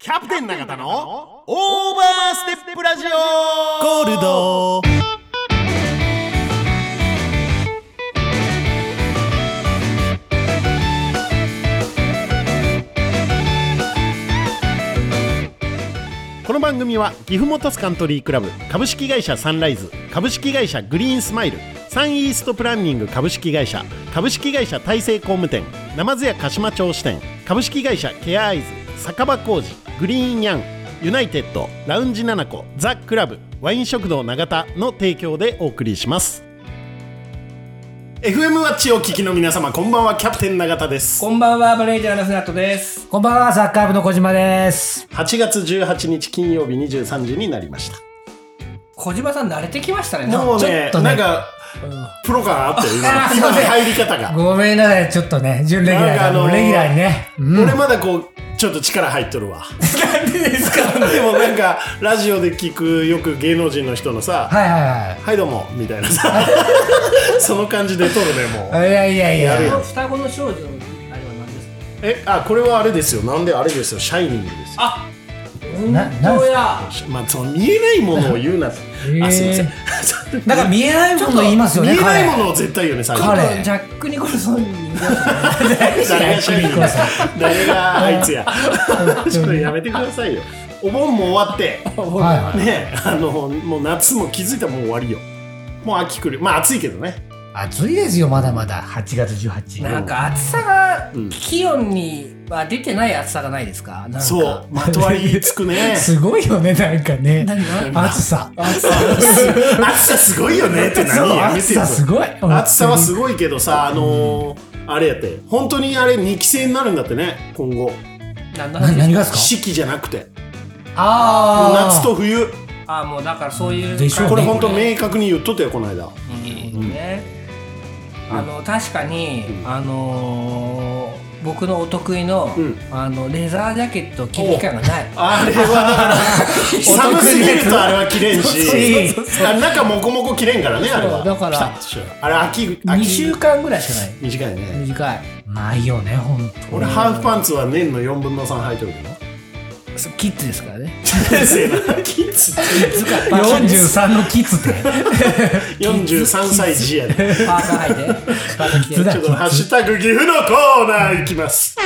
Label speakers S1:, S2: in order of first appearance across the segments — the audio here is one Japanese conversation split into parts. S1: キャプテン永田のオーバーステップラジオ
S2: ゴールド
S1: この番組は岐阜モトスカントリークラブ株式会社サンライズ株式会社グリーンスマイルサンイーストプランニング株式会社株式会社大成工務店ナマズ屋鹿島町支店株式会社ケアアイズ酒場工事グリーンヤンユナイテッドラウンジナナコザ・クラブワイン食堂永田の提供でお送りします FM ワッチをお聞きの皆様こんばんはキャプテン永田です
S3: こんばんは、マネージャーの船戸です。
S4: こんばんは、サッカー部の小島です。
S1: 8月18日金曜日23時になりました
S3: 小島さん慣れてきましたね。
S1: もうね
S4: ちょっとね
S1: なんか、プロ感あったよ
S4: あ
S1: 今今の
S4: ー すいません
S1: 入り方が、
S4: ごめんなさい、ちょっとね、準レギュラー
S1: なんかあ
S4: が、
S1: のー
S4: もうレギュラーにね。うん
S1: 俺まだこうちょっと力入っとるわ
S3: なんでですか
S1: でもなんかラジオで聞くよく芸能人の人のさ「は
S4: はいはい
S1: いどうも」みたいな さその感じで撮るねもう
S4: はい。いやいやい
S1: やる
S4: や。
S1: よ
S3: 双子の少女のあれは何で
S1: え
S3: すか
S1: あこれはあれですよなんであれですよシャイニングですよ
S3: あ
S4: ななん
S3: 本当や。
S1: まあその見えないものを言うなって、あすいません
S4: なん か見えないもの言いますよ
S1: 見
S4: ね、
S1: えない
S4: 彼。
S1: ものを絶対言うね最
S4: 彼
S3: ジャック・ニコルソンに似てますね。
S1: 誰がシャイニングだ
S4: シャ
S1: 誰があいつやちょっとやめてくださいよお盆も終わって
S4: はいは
S1: ね
S4: い。
S1: えあのもう夏も気づいたらもう終わりよもう秋来るまあ暑いけどね
S4: 暑いですよ、まだまだ。8月18日。
S3: なんか暑さが
S1: うん、
S3: 気温に、まあ、出てない暑さがないですかなんか
S1: そうまとわりつく ね
S4: すごいよね、なんかね。
S3: 何が
S4: 暑さ。
S3: 暑さ
S1: 暑さすごいよねって
S4: そう
S1: 何やめ
S4: 暑
S1: てよ
S4: さすごい。
S1: 暑さはす
S4: ごい。
S1: ごいけどさあのーあれやって本当にあれ2期生になるんだってね今後
S3: 何の
S4: な
S3: 話
S4: 何がですか
S1: 四季じゃなくてもう
S4: あ
S1: 夏と冬
S3: あもうだからそういう
S4: でしょうね
S1: これ本当
S3: ね
S1: 明確に言っとったよこの間
S3: ねあの確かに、
S1: うん
S3: あのー僕のお得意の,、
S1: うん
S3: あのレザージャケット着る機会がない
S1: あれはだから寒すぎるとあれは着れんし
S4: そう
S1: あ中もこもこ着れんからねあれは
S3: そうだか
S1: ピ
S3: ら
S1: タッとしちゃうあれ秋
S3: 2
S1: 秋
S3: 週間ぐらいしかない
S1: 短いね
S3: 短い
S4: ーないよね、ほんと。
S1: 俺ハーフパンツは年の4分の3履いてる けどな
S3: そキッズですから ね
S4: 43のキッズって。
S1: 43歳児やで
S3: パーカー履 いてパーカー着
S4: キッズ
S3: て
S4: だ
S1: ちょっとハッシュタグ岐阜のコーナーいき ます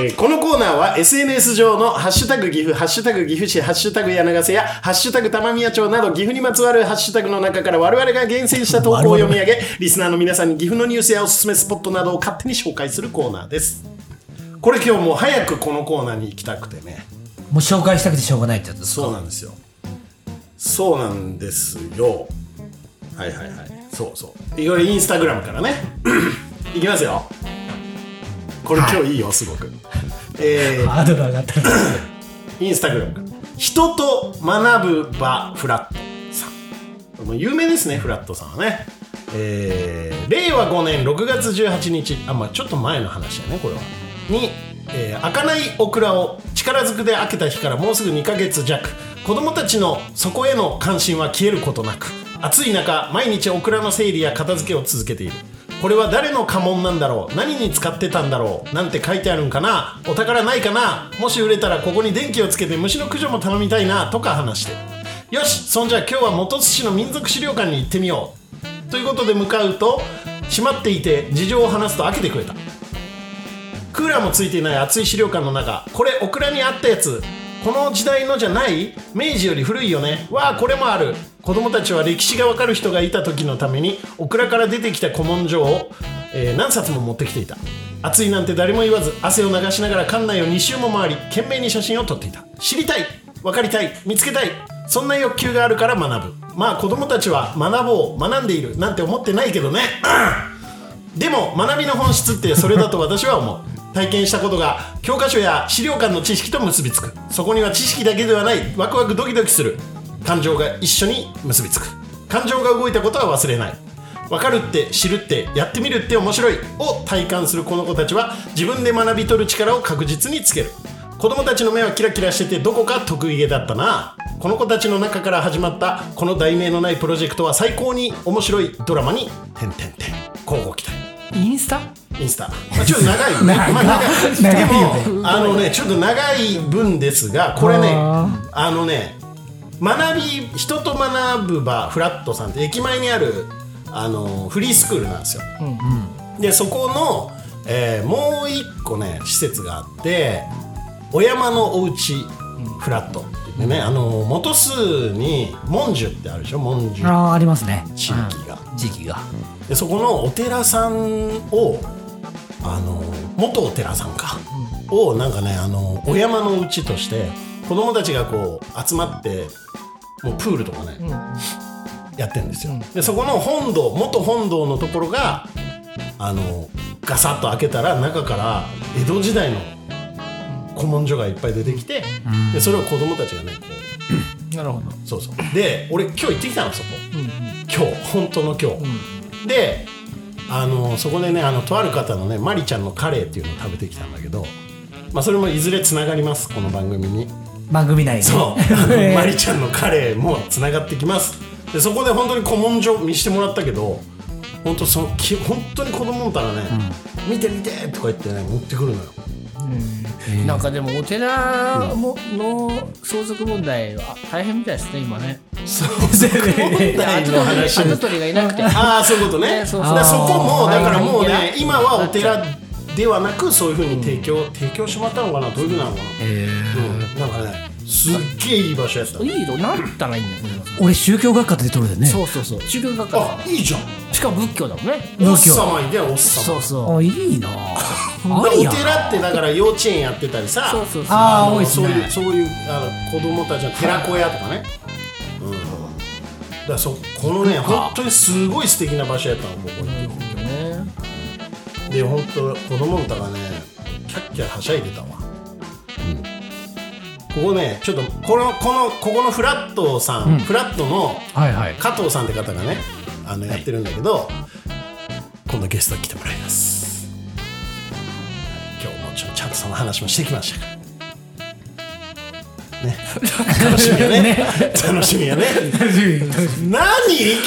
S1: えーこのコーナーは SNS 上のハッシュタグ岐阜、ハッシュタグ岐阜市、ハッシュタグ柳ヶ瀬や、ハッシュタグ玉宮町など岐阜にまつわるハッシュタグの中から我々が厳選した投稿を読み上げ、リスナーの皆さんに岐阜のニュースやおすすめスポットなどを勝手に紹介するコーナーです。これ今日もう早くこのコーナーに行きたくてね。
S4: もう紹介したくてしょうがないってやつですか
S1: そうなんですよ。そうなんですよ。はいはいはい。そうそう。いろいろインスタグラムからね。 いきますよ。これ今日いいよ、すごく。えー
S4: ハードル上がった。
S1: インスタグラムから。人と学ぶ場フラットさん。もう有名ですね、フラットさんはね。えー令和5年6月18日、あ、まあちょっと前の話やね、これは。に、えー、開かないオクラを力ずくで開けた日からもうすぐ2ヶ月弱。子供たちのそこへの関心は消えることなく。暑い中、毎日オクラの整理や片付けを続けている。これは誰の家紋なんだろう何に使ってたんだろうなんて書いてあるんかなお宝ないかなもし売れたらここに電気をつけて虫の駆除も頼みたいなとか話してよしそんじゃ今日は本津市の民族資料館に行ってみようということで向かうと閉まっていて事情を話すと開けてくれたクーラーもついていない熱い資料館の中これオクラにあったやつこの時代のじゃない明治より古いよねわあこれもある子供たちは歴史がわかる人がいた時のためにオクラから出てきた古文書を、えー何冊も持ってきていた暑いなんて誰も言わず汗を流しながら館内を2周も回り懸命に写真を撮っていた知りたいわかりたい見つけたいそんな欲求があるから学ぶまあ子供たちは学ぼう学んでいるなんて思ってないけどねでも学びの本質ってそれだと私は思う体験したことが教科書や資料館の知識と結びつくそこには知識だけではないワクワクドキドキする感情が一緒に結びつく感情が動いたことは忘れない分かるって知るってやってみるって面白いを体感するこの子たちは自分で学び取る力を確実につける子供たちの目はキラキラしててどこか得意げだったなこの子たちの中から始まったこの題名のないプロジェクトは最高に面白いドラマに点々点交互期待
S3: インスタ
S1: インスタ、まあ、ちょっと長いよねまあ
S4: 長い
S1: で
S4: よね
S1: もあのねちょっと長い分ですがこれね
S4: あ
S1: あのね学び人と学ぶ場フラットさんって駅前にあるあのフリースクールなんですよ、でそこの、えーもう一個ね施設があってお山のおうちフラットでね、あの元栖にモンジュってあるでしょモンジュ
S4: あーありますね
S1: 地域が、
S4: 時期が
S1: でそこのお寺さんをあの元お寺さんか、をなんかねあのお山のうちとして子供たちがこう集まってもうプールとかね、やってるんですよ、でそこの本堂元本堂のところがあのガサッと開けたら中から江戸時代の古文書がいっぱい出てきて、でそれを子供たちがねこう
S3: なるほど
S1: そうそうで俺今日行ってきたのそこ、今日本当の今日、であのそこでねあのとある方のねマリちゃんのカレーっていうのを食べてきたんだけど、まあ、それもいずれつながりますこの番組に
S4: 番組内で
S1: そう
S4: えー
S1: マリちゃんのカレーもつながってきますでそこで本当に古文書見してもらったけど本当そのき本当に子供たらね、見て見てとか言ってね持ってくるのよ
S3: なんかでもお寺もの相続問題は大変みたいですね今ね
S1: そう問題の話
S3: 跡取りがいなくて
S1: ああそういうことね
S3: ね
S1: そ
S3: そうう
S1: そ
S3: そうう
S1: そこも
S3: あ
S1: だ
S3: ー
S1: からもう
S3: はい
S1: ね
S3: はい
S1: 今はお寺ではなくそういうふうに提供、提供してもらったのかなどういうふうなのかな、うん、なんかねすっげえいい場所やった
S3: いいのなったらいいんだよこれは
S4: 俺宗教学科で取るでね
S3: そうそうそう中学学科だか
S1: あいいじゃん
S3: らしかも仏教だもんね
S1: お
S4: 教
S1: っさまいでおっさ
S3: そう
S1: ま
S3: そう
S4: あい いなあ
S1: だから
S4: り
S1: お
S4: や
S1: 寺ってだから幼稚園やってたりさ
S3: そうそうそう
S1: あ
S4: あー
S1: の
S4: 多いっす
S1: そう
S4: ね
S1: いうそういうあの子供たちの寺子屋とかね、うん、だからそこのね本当にすごい素敵な場所やったのここに
S3: ね
S1: で本当子供の歌がねキャッキャはしゃいでたわ、ここねちょっとこのこのここのフラットさん、フラットの
S4: はいはい
S1: 加藤さんって方がねあのやってるんだけど、今度ゲストに来てもらいます今日もちょっとちゃんとその話もしてきましたからね楽しみやね楽しみやね何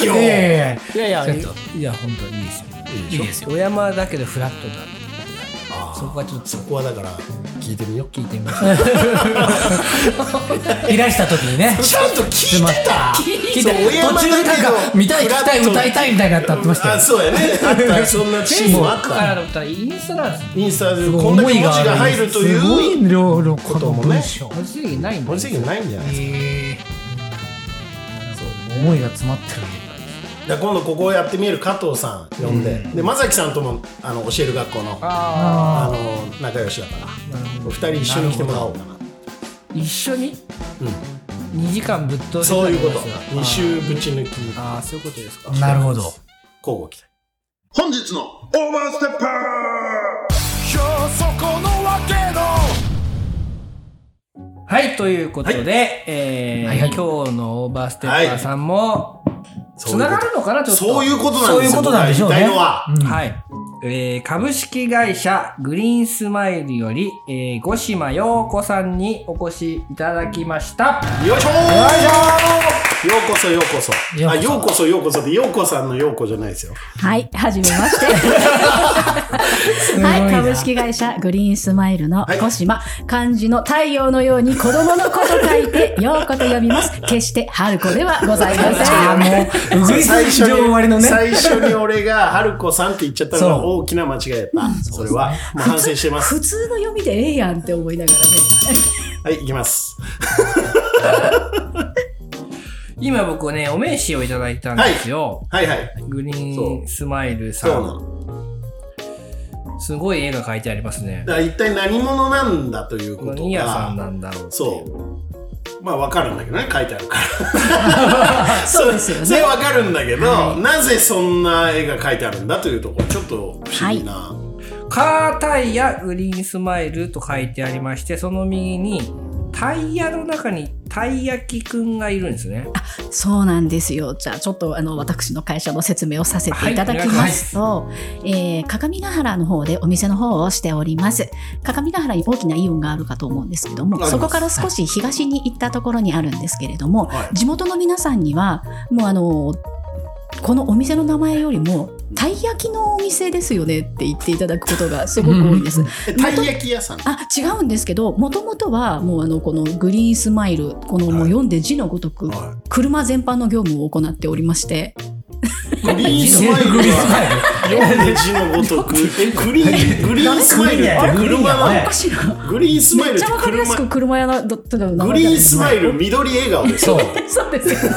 S1: 今日
S4: いやいやいや
S3: いやいや
S4: ちょっ
S3: いや本当にいいですよ
S1: いいでしょ
S3: お山だけどフラットだ
S1: あー
S3: そこはちょっと
S1: そこはだから聞いてみよう
S3: 聞いてみましょう
S4: いらした時にね
S1: ちゃんと聞いてた
S4: 聞いて途中でなんか見たい聞きたい歌いたいみたいなのあってましたよ
S1: あそうやねあったそんなシーンもあっ
S3: だか
S1: た
S3: らだったらインスタなんです
S1: インスタでこんだけ文字が入ると
S4: すご
S1: いう
S4: い量の
S1: こ
S4: ことの
S1: もね
S4: 文章
S3: 文字ないんだ
S1: 文字制限ないんじゃないです
S4: え思いが詰まってる
S1: かだから今度ここをやってみる加藤さん呼んでで正樹さんともあの教える学校の
S3: あ
S1: あの仲良しだからお二人一緒に来てもらおうかな
S3: あ一緒に2時間ぶっ通して
S1: そういうこと
S3: あ
S1: 二週ぶち抜き
S3: あああそういうことですか
S4: なるほど
S1: 交互期待
S2: 本日のオーバーステッパー
S3: はいということでえ
S4: はいは
S3: ー
S4: い
S3: 今日のオーバーステッパーさんもつながるのかなちょっと
S1: そういうことなんですよ
S4: そういうことなんでしょうね
S1: 僕が言いたいのは
S3: はい。えー株式会社グリーンスマイルより、えー、五島陽子さんにお越しいただきました。
S1: よいしょーようこそようこそあようこそようこそってようこさんのようこじゃないですよ
S5: はい、はじめまして。はい、株式会社グリーンスマイルの小島、漢字の太陽のように子供の子と書いて、ようこと呼びます。決して春子ではございま
S4: あ
S5: せん。
S4: ーもうウグイス
S1: 最初
S4: 上終わりの
S1: に
S4: ね
S1: 最初に俺が春子さんって言っちゃったのが
S4: そう
S1: 大きな間違いだったそれはもう反省してます
S5: 普通の読みでええやんって思いながらね。
S1: はい行きます
S3: 今僕ね、お名刺をいただいたんですよ。
S1: はいはい
S3: グリーンスマイル
S1: そう
S3: さ。
S1: なんの
S3: すごい絵が描いてありますね
S1: だ。から一体何者なんだということ
S3: 何屋さんな
S1: が
S3: んだろうっていう。
S1: そうまあ分かるんだけどね書いてあるから
S5: そうですよ
S1: それ
S5: ね。
S1: は分かるんだけど、なぜそんな絵が書いてあるんだというところちょっと不思議な、
S3: カータイヤグリーンスマイルと書いてありまして、その右にタイヤの中にたい焼きくんがいるんですね。
S5: そうなんですよ。じゃあ、ちょっとあの、私の会社の説明をさせていただきますと、えー、鏡ヶ原の方でお店の方をしております。鏡ヶ原に大きなイオンがあるかと思うんですけど
S1: ありま
S5: も、
S1: す
S5: そこから少し東に行ったところにあるんですけれども、
S1: はい
S5: 地元の皆さんには、もうあの、このお店の名前よりも、たい焼きのお店ですよねって言っていただくことがすごく多 いです。
S1: えたい焼き屋さん
S5: あ違うんですけどもともとはもうあのこのグリーンスマイルこのもう読んで字のごとく
S1: は
S5: 車全般の業務を行っておりまして
S1: グリーンスマイル
S4: グリーンス
S1: は
S4: マイル
S1: 読んで字のごとくえグリーングリーンスマイルって
S4: グリーン
S1: 車
S4: や
S1: な
S4: ね
S5: おかしいな
S1: のグリーンスマイ
S5: めっ
S1: ルっ
S5: ち
S1: て
S5: ゃわかりやす
S1: 車
S5: く車屋だったのが
S1: グリーンスマイル緑笑顔です
S4: そう。
S5: そうですよ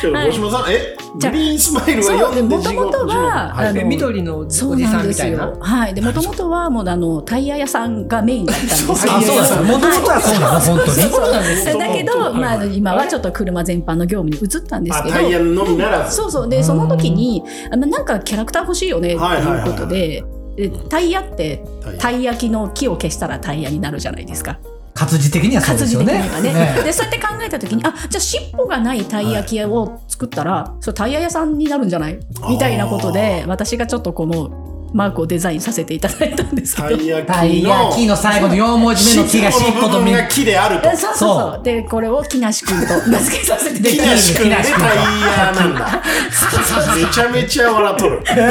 S1: ちょっと大島さんえグ
S5: じゃあ
S1: リーンスマイルは
S5: そう
S1: 読
S5: で
S1: んで
S5: も
S1: 字
S5: と
S1: の
S5: も
S1: 字
S5: と
S1: の
S5: は
S1: はい
S5: あの
S3: え緑のおじ
S5: そうな
S3: さ
S5: ん
S3: ん
S5: で
S3: みた
S5: す
S3: いな
S5: よ。はいでもともとはもうあのタイヤ屋さんがメインだったんですけど
S4: あ、そうなんです。もともとはそうなの、本当に。
S5: そうなんですだけど、まああの、今は
S3: れ
S5: ちょっと車全般の業務に移ったんです
S1: あ
S5: けど
S1: タイヤのみならず
S5: そうそうでその時にあのなんかキャラクター欲しいよねって
S1: はいはい
S5: い
S1: はいう
S5: ことででタイヤって
S1: タイヤ
S5: たい焼きの木を消したらタイヤになるじゃないですか
S4: 活字的にはそうです
S5: 活字
S4: よ
S5: 的
S4: ね。
S5: にはね
S4: ね
S5: でそうやって考えた時にあじゃあ尻尾がないたい焼き屋を作ったら、それタイヤ屋さんになるんじゃないみたいなことで私がちょっとこのマークをデザインさせていただいたんですけど
S1: た。い焼
S4: たい
S1: き
S4: 焼き
S1: の
S4: の最後の4文字目の木がしっ
S1: 尻尾の
S4: こ
S1: 部
S4: と
S1: 分
S4: み
S1: が木であると
S5: そうそうそうでこれを木梨君と名付けさせてい
S1: 木
S5: ただいた
S1: 梨くんでタイ
S4: 木梨
S1: ヤ
S4: 君
S1: な
S4: と
S1: んだめちゃめちゃ笑っとる
S5: でも、
S1: はい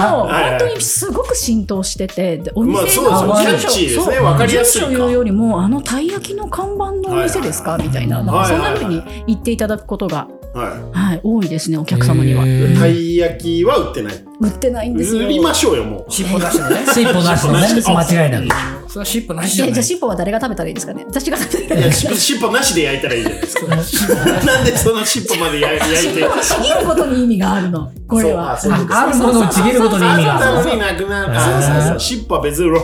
S1: はい
S5: 本当にすごく浸透してて、でお
S1: まあ
S5: 店
S1: そう
S5: の
S4: ですね
S5: 住
S1: キャッチーです
S5: 所、
S1: ね
S5: そう
S1: わかりやすいか
S5: 住所言うよりも、あのたい焼きの看板のお店ですか、みたいな、なんか
S1: はい
S5: そん
S1: はい
S5: な
S1: はい
S5: 風に言っていただくことが、
S1: は
S5: はい、多いですね、お客様には。
S1: いたい焼きは売ってない
S5: 売ってないんですよ。
S1: 売りましょうよもう
S3: 尻尾出してのね
S4: 尻尾なしのね、間違いなく。
S3: それは尻尾なし
S5: い
S3: じゃ
S5: や
S3: な
S5: じゃ
S3: い
S5: あ、尻尾は誰が食べたらいいですかね。私が食べた
S1: い
S5: らいい
S1: や
S5: です
S1: し
S5: か。
S1: 尻尾なしで焼いたらいいじゃないですかなんでその尻尾まで焼い焼い
S5: 尻
S1: て
S5: 尾はちぎることに意味があるの、これは。
S1: そうあそういうこと
S4: あるものをちぎることに意味が
S1: あ
S4: ある
S1: ん。たのになくなるあ
S4: そうそうそう
S1: ー尻尾は別に売ろう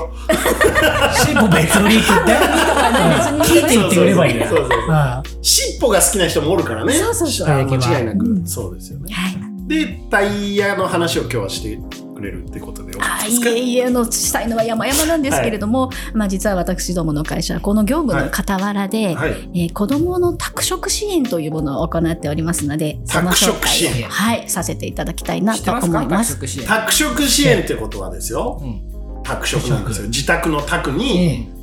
S4: 尻尾別売りって言って。聞いて言ってくればいいんだ
S1: そうそう
S4: よ。
S1: そうそう
S4: あ
S1: 尻尾が好きな人もおるからね
S5: そうそうそう
S1: あの間違いな
S5: う
S1: く
S5: ん
S1: そうですよね
S5: はい
S1: でタイヤの話を今日はしてくれるってことで
S5: あいえいえのしたいのは山々なんですけれども、まあ、実は私どもの会社はこの業務の傍らで、
S1: はい
S5: えー子どもの宅食支援というものを行っておりますので、その
S1: 宅
S5: 紹
S1: 食支
S5: 介
S1: 援
S5: を、はい、させていただきたいな
S3: 知って
S5: と
S3: ます
S5: 思
S3: か
S5: いま
S3: 宅食
S5: す。
S3: 支援
S1: 宅食支援ってことはですよ宅食なんですよ自宅の宅に
S4: あ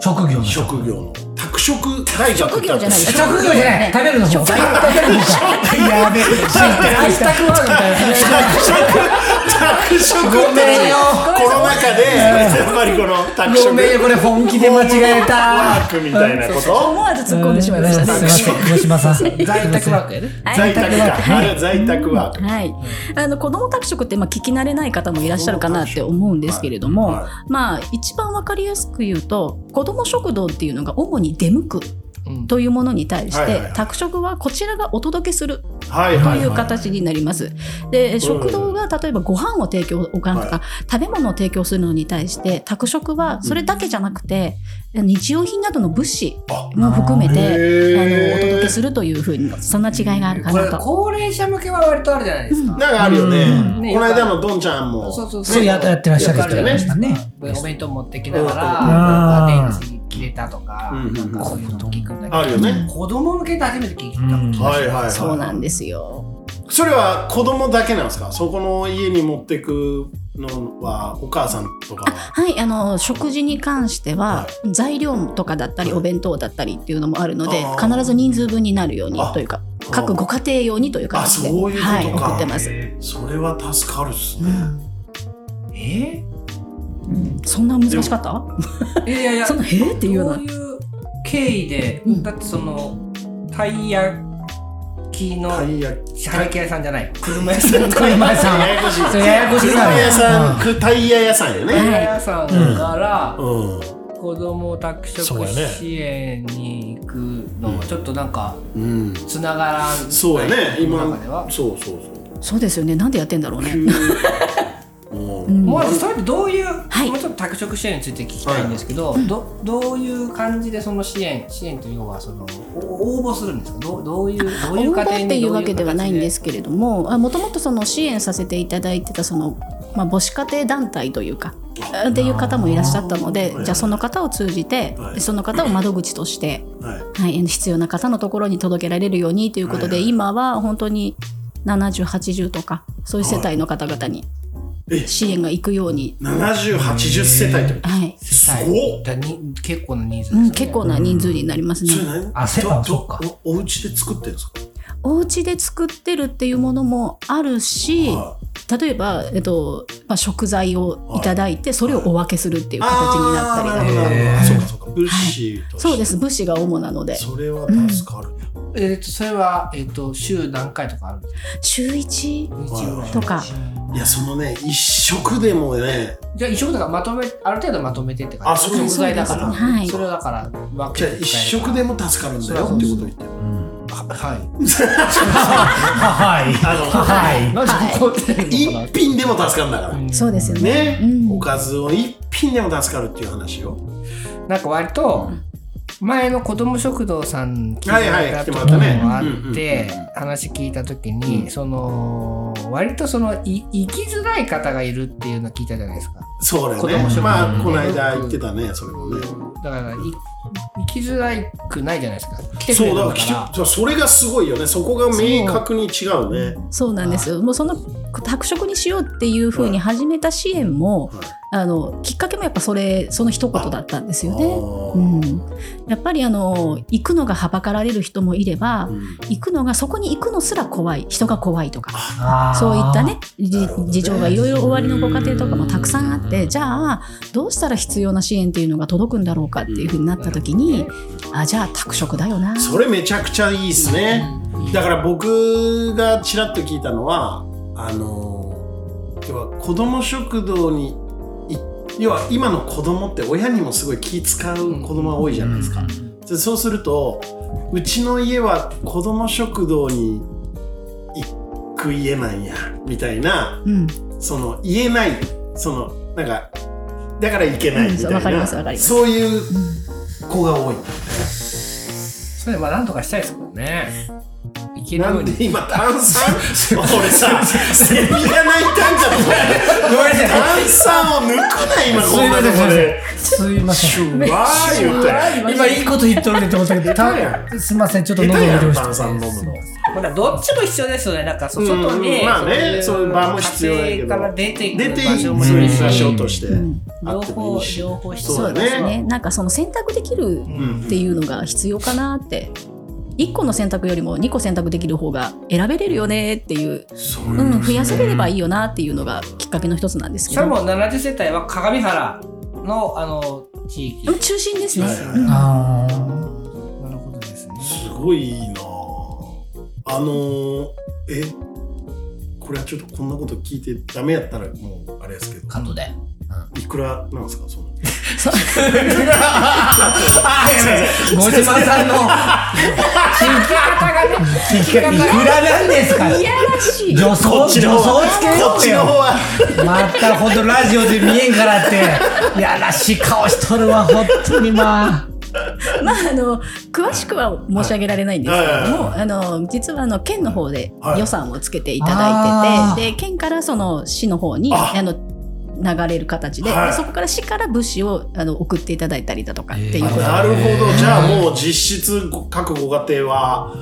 S4: 職業の職
S1: 職業の宅食大学
S5: 職業じゃないです
S4: 職業じゃない食べるの方
S5: 食
S4: 食べるの方やべえ
S3: 愛したくはみたいな
S1: 宅食宅食
S4: ごめんよ
S1: コロナ禍でやっぱりこの宅
S4: ご
S1: 食
S4: めんよこれ本気で間違えた
S1: ワークみたいなこと
S5: 思わず突っ込んでしまいました ね。
S4: すいません広島さん
S3: 在宅ワークやね
S1: 在宅かあれは在宅ワーク
S5: はい、あの子ども宅食ってまあ聞き慣れない方もいらっしゃるかなって思うんですけれども、
S1: はいは
S5: まあ、一番わかりやすく言うと子ども食堂っていうのが主に出向くというものに対して、
S1: はいはいはい
S5: 宅食はこちらがお届けする
S1: はい
S5: と
S1: はい
S5: いう
S1: は
S5: 形になります。で食堂が例えばご飯を提供おかんとか、
S1: は
S5: 食べ物を提供するのに対して宅食はそれだけじゃなくて、日用品などの物資も含
S1: あ
S5: めてあ
S1: へー
S5: のお届けするというふうにそんな違いがあるか
S3: これ
S5: なと。
S3: 高齢者向けは割とあるじゃないです
S1: い
S3: か
S1: なんかあるよ
S4: う
S1: ね
S3: ん
S1: この間のどんちゃんも
S3: そうそう
S4: そうややってらっしゃる人いましたね
S3: お弁当持ってきなが
S4: うん
S3: ら電池切れたとか
S1: うん
S3: なんかそういうのも聞くんだけど
S1: あるよね
S3: 子供向けって初めて聞いた
S4: うん
S1: はいはいはい
S5: そうなんですよ。
S1: それは子供だけなんですかそこの家に持ってくのはお母さんとかは
S5: はい、あの食事に関しては
S1: は
S5: 材料とかだったりお弁当だったりっていうのもあるので
S1: あー
S5: 必ず人数分になるように
S1: あ
S5: というか
S1: ー
S5: 各ご家庭用にという
S1: あ
S5: 形で
S1: そういう
S5: はい
S1: ことか、
S5: 送ってます。
S1: それは助かるっす
S5: う
S1: ね、
S5: ん
S3: え
S5: そんな難しかった？
S3: ーいやいやいや
S5: そんなへえっていうのは
S3: どういう経緯で、
S5: うん
S3: だってそのたい焼きの
S1: たい焼き
S3: たい焼き屋さんじゃない 車屋さんた
S4: 車屋さん
S1: ややこしい
S4: それややこしいな
S1: 車屋さん、くタイヤ屋さんよ
S3: い
S1: ね、
S3: 焼き屋さんから、
S1: うん
S3: 子供宅
S1: そう
S3: 食
S1: やね
S3: 支援に行くのはちょっとなんか
S1: うん、
S3: つながらん、
S1: そうやね
S3: 今
S1: 今
S3: の中では、
S1: そうそう
S5: そうですよね。なんでやってんだろう
S1: そう急
S5: ね。
S1: にうん
S3: もうまずそれってどういう、
S5: はい
S3: もうちょっと宅食支援について聞きたいんですけど、どどういう感じでその支援支援というのはそのお応募するんですかどうどういうどういう
S5: 応
S3: 家庭
S5: 募
S3: に
S5: っていうわけで
S3: ど
S5: はないんですすけれどももともとその支援させていただいてたその、まあ、母子家庭団体というかあっていう方もいらっしゃったので
S1: はい
S5: じゃあその方を通じて、
S1: はい
S5: その方を窓口として、
S1: はい
S5: はい、必要な方のところに届けられるようにということで、
S1: はいはい
S5: 今は本当に7080とかそういう世帯の方々に
S1: はいえ
S5: 支援が行くように、
S1: 7080世帯ってこと
S5: はい
S1: すごっ
S3: だに結構な人数です
S5: う
S3: よね
S5: ん、結構な人数になりますね。
S1: それ何
S4: あせ
S1: ど
S4: あ
S1: ど
S4: そうか
S1: おお家で作ってるんですか
S5: お家で作ってるっていうものもあるし、
S1: は
S5: 例えば、えっとまあ、食材をいただいてそれをお分けするっていう形になったりだとか、
S1: あーなるほど
S3: えー
S1: そうかそうか物資として
S5: そうです物資が主なので
S1: それは助かる、
S3: えっとそれは、えっと週何回とかあるんですか
S5: 週1
S3: 日曜
S5: とか
S1: いやそのね一食でもね
S3: じゃあ一食だからまとめある程度まとめてって感
S1: あ
S3: じ
S1: そうです
S3: 食材だから
S5: そうですはい
S3: それをだから分
S1: じゃあ
S3: けて
S1: 一
S3: 使える
S1: 食でも助かるんだよってことを言ってる
S3: ははい
S4: はい。はい。
S3: なんで怒ってんのかな
S1: 一品でも助かるんだから、
S3: ん
S5: そうですよ
S1: ね、
S5: ねうん
S1: おかずを一品でも助かるっていう話を
S3: なんか割と前の子ども食堂さんに聞
S1: はいはい
S3: いた
S1: 来て
S3: と
S1: も
S3: こ
S1: ら
S3: ろ
S1: ったね
S3: があ
S1: うんうんう
S3: っ
S1: ん
S3: て話聞いた時
S1: うん
S3: にその割とそのい生きづらい方がいるっていうのを聞いたじゃないですか。
S1: そうだよ
S3: 子供
S1: ね
S3: 食堂
S1: まあこの間言ってたねそれもね
S3: だからい生きづらくないじゃないですか。来てく
S1: そ
S3: れる
S1: うだ
S3: の
S1: か
S3: から
S1: き
S3: ら
S1: ちょそれがすごいよねそこが明確に違うね
S5: そうなんですよもうその白色にしようっていうふうに始めた支援も、
S1: はい
S5: あのきっかけもやっぱそれその一言だったんですよね。う
S1: あ
S5: ん、やっぱりあの行くのがはばかられる人もいれば
S1: ーうん
S5: 行くのがそこに行くのすら怖い人が怖いとか
S4: あー
S5: そういったねじ
S1: なるほどね
S5: 事情がいろいろおありのご家庭とかもたくさんあっ
S4: う
S5: て
S4: ん
S5: じゃあどうしたら必要な支援っていうのが届くんだろうかっていうふうになった時
S3: うんな
S5: に
S3: る
S5: あじゃあ宅食だよな
S1: それめちゃくちゃいいですね、だから僕がちらっと聞いたのはあのー要は子供食堂にい要は今の子供って親にもすごい気使う子供が多いじゃないですか、でそうするとうちの家は子供食堂に行く家なんやみたいな
S5: うん
S1: その言えないそのなんかだから行けないみたい
S5: うん
S1: な、
S5: わかりますわかります
S1: そういう子が多い
S3: それまあなんとかしたいですもんね。生きる
S1: な
S3: ようんに
S1: で今炭酸俺さセミが泣いたんじゃん
S4: ごめんなさい。
S1: 炭酸を抜くな今
S4: す
S1: こ
S4: い
S1: んな
S4: ま
S1: と
S4: せん、すい
S1: こで
S4: ません。すいませ
S1: シ
S4: ん。
S1: ュワー言うて
S4: 今いいこと言っとるねと思ったけど、 たすいません、ちょっと
S1: 下
S4: 喉
S1: 手や
S4: 潤
S1: ん
S4: して。
S1: 炭酸飲むの
S3: ほらどっちも必要ですよね。なんかそう
S1: うん
S3: 外に、
S1: まあねそういう場も必要だけど
S3: 家庭から出てい
S1: 出
S3: く
S1: てい
S3: 場
S1: い
S3: 所も
S1: そう
S3: 必要
S1: いう
S3: だ
S1: 場
S3: し
S1: 所として
S5: うん
S1: あ
S3: 両
S1: ってもい
S3: 方
S1: いし
S3: 両方必要
S1: そ
S5: そうう
S1: だね
S5: ですねなんかその選択できる
S3: う
S1: うん
S5: っていうのが必要かなって1個の選択よりも2個選択できる方が選べれるよねっていう、、
S1: そううん
S5: 増やせれればいいよなっていうのがきっかけの一つなんですけ
S3: そ
S5: ど
S3: れも70世帯は鏡原のあの地域。
S5: うん中心ですね、
S1: はいはい
S5: うん
S4: あ
S3: なるほどですね。
S1: すごいいいなああのー、えこれはちょっとこんなこと聞いてダメやったらもうあれですけど
S4: カットで。
S1: いくらなんですかその
S4: ご自慢さんの聞き方がね、 いくらなんですか
S5: いや らしい
S4: 女装
S1: こっちの
S4: 女
S1: 方
S4: 装
S1: は
S4: つけようよ
S1: こっちの方は
S4: またほんとラジオで見えんからって、やらしい顔しとるわ、ほんとにまあ。
S5: まああの詳しくは申し上げられないんですけれども、あの実はあの県の方で
S1: はい
S5: 予算をつけていただいてて、
S4: あ
S5: で県からその市の方に
S1: あ
S5: あの流れる形で、
S1: はい
S5: でそこから市から物資をあの送っていただいたりだとかっていう
S4: えー
S5: こと
S1: なるほどじゃあもう実質各ご家庭は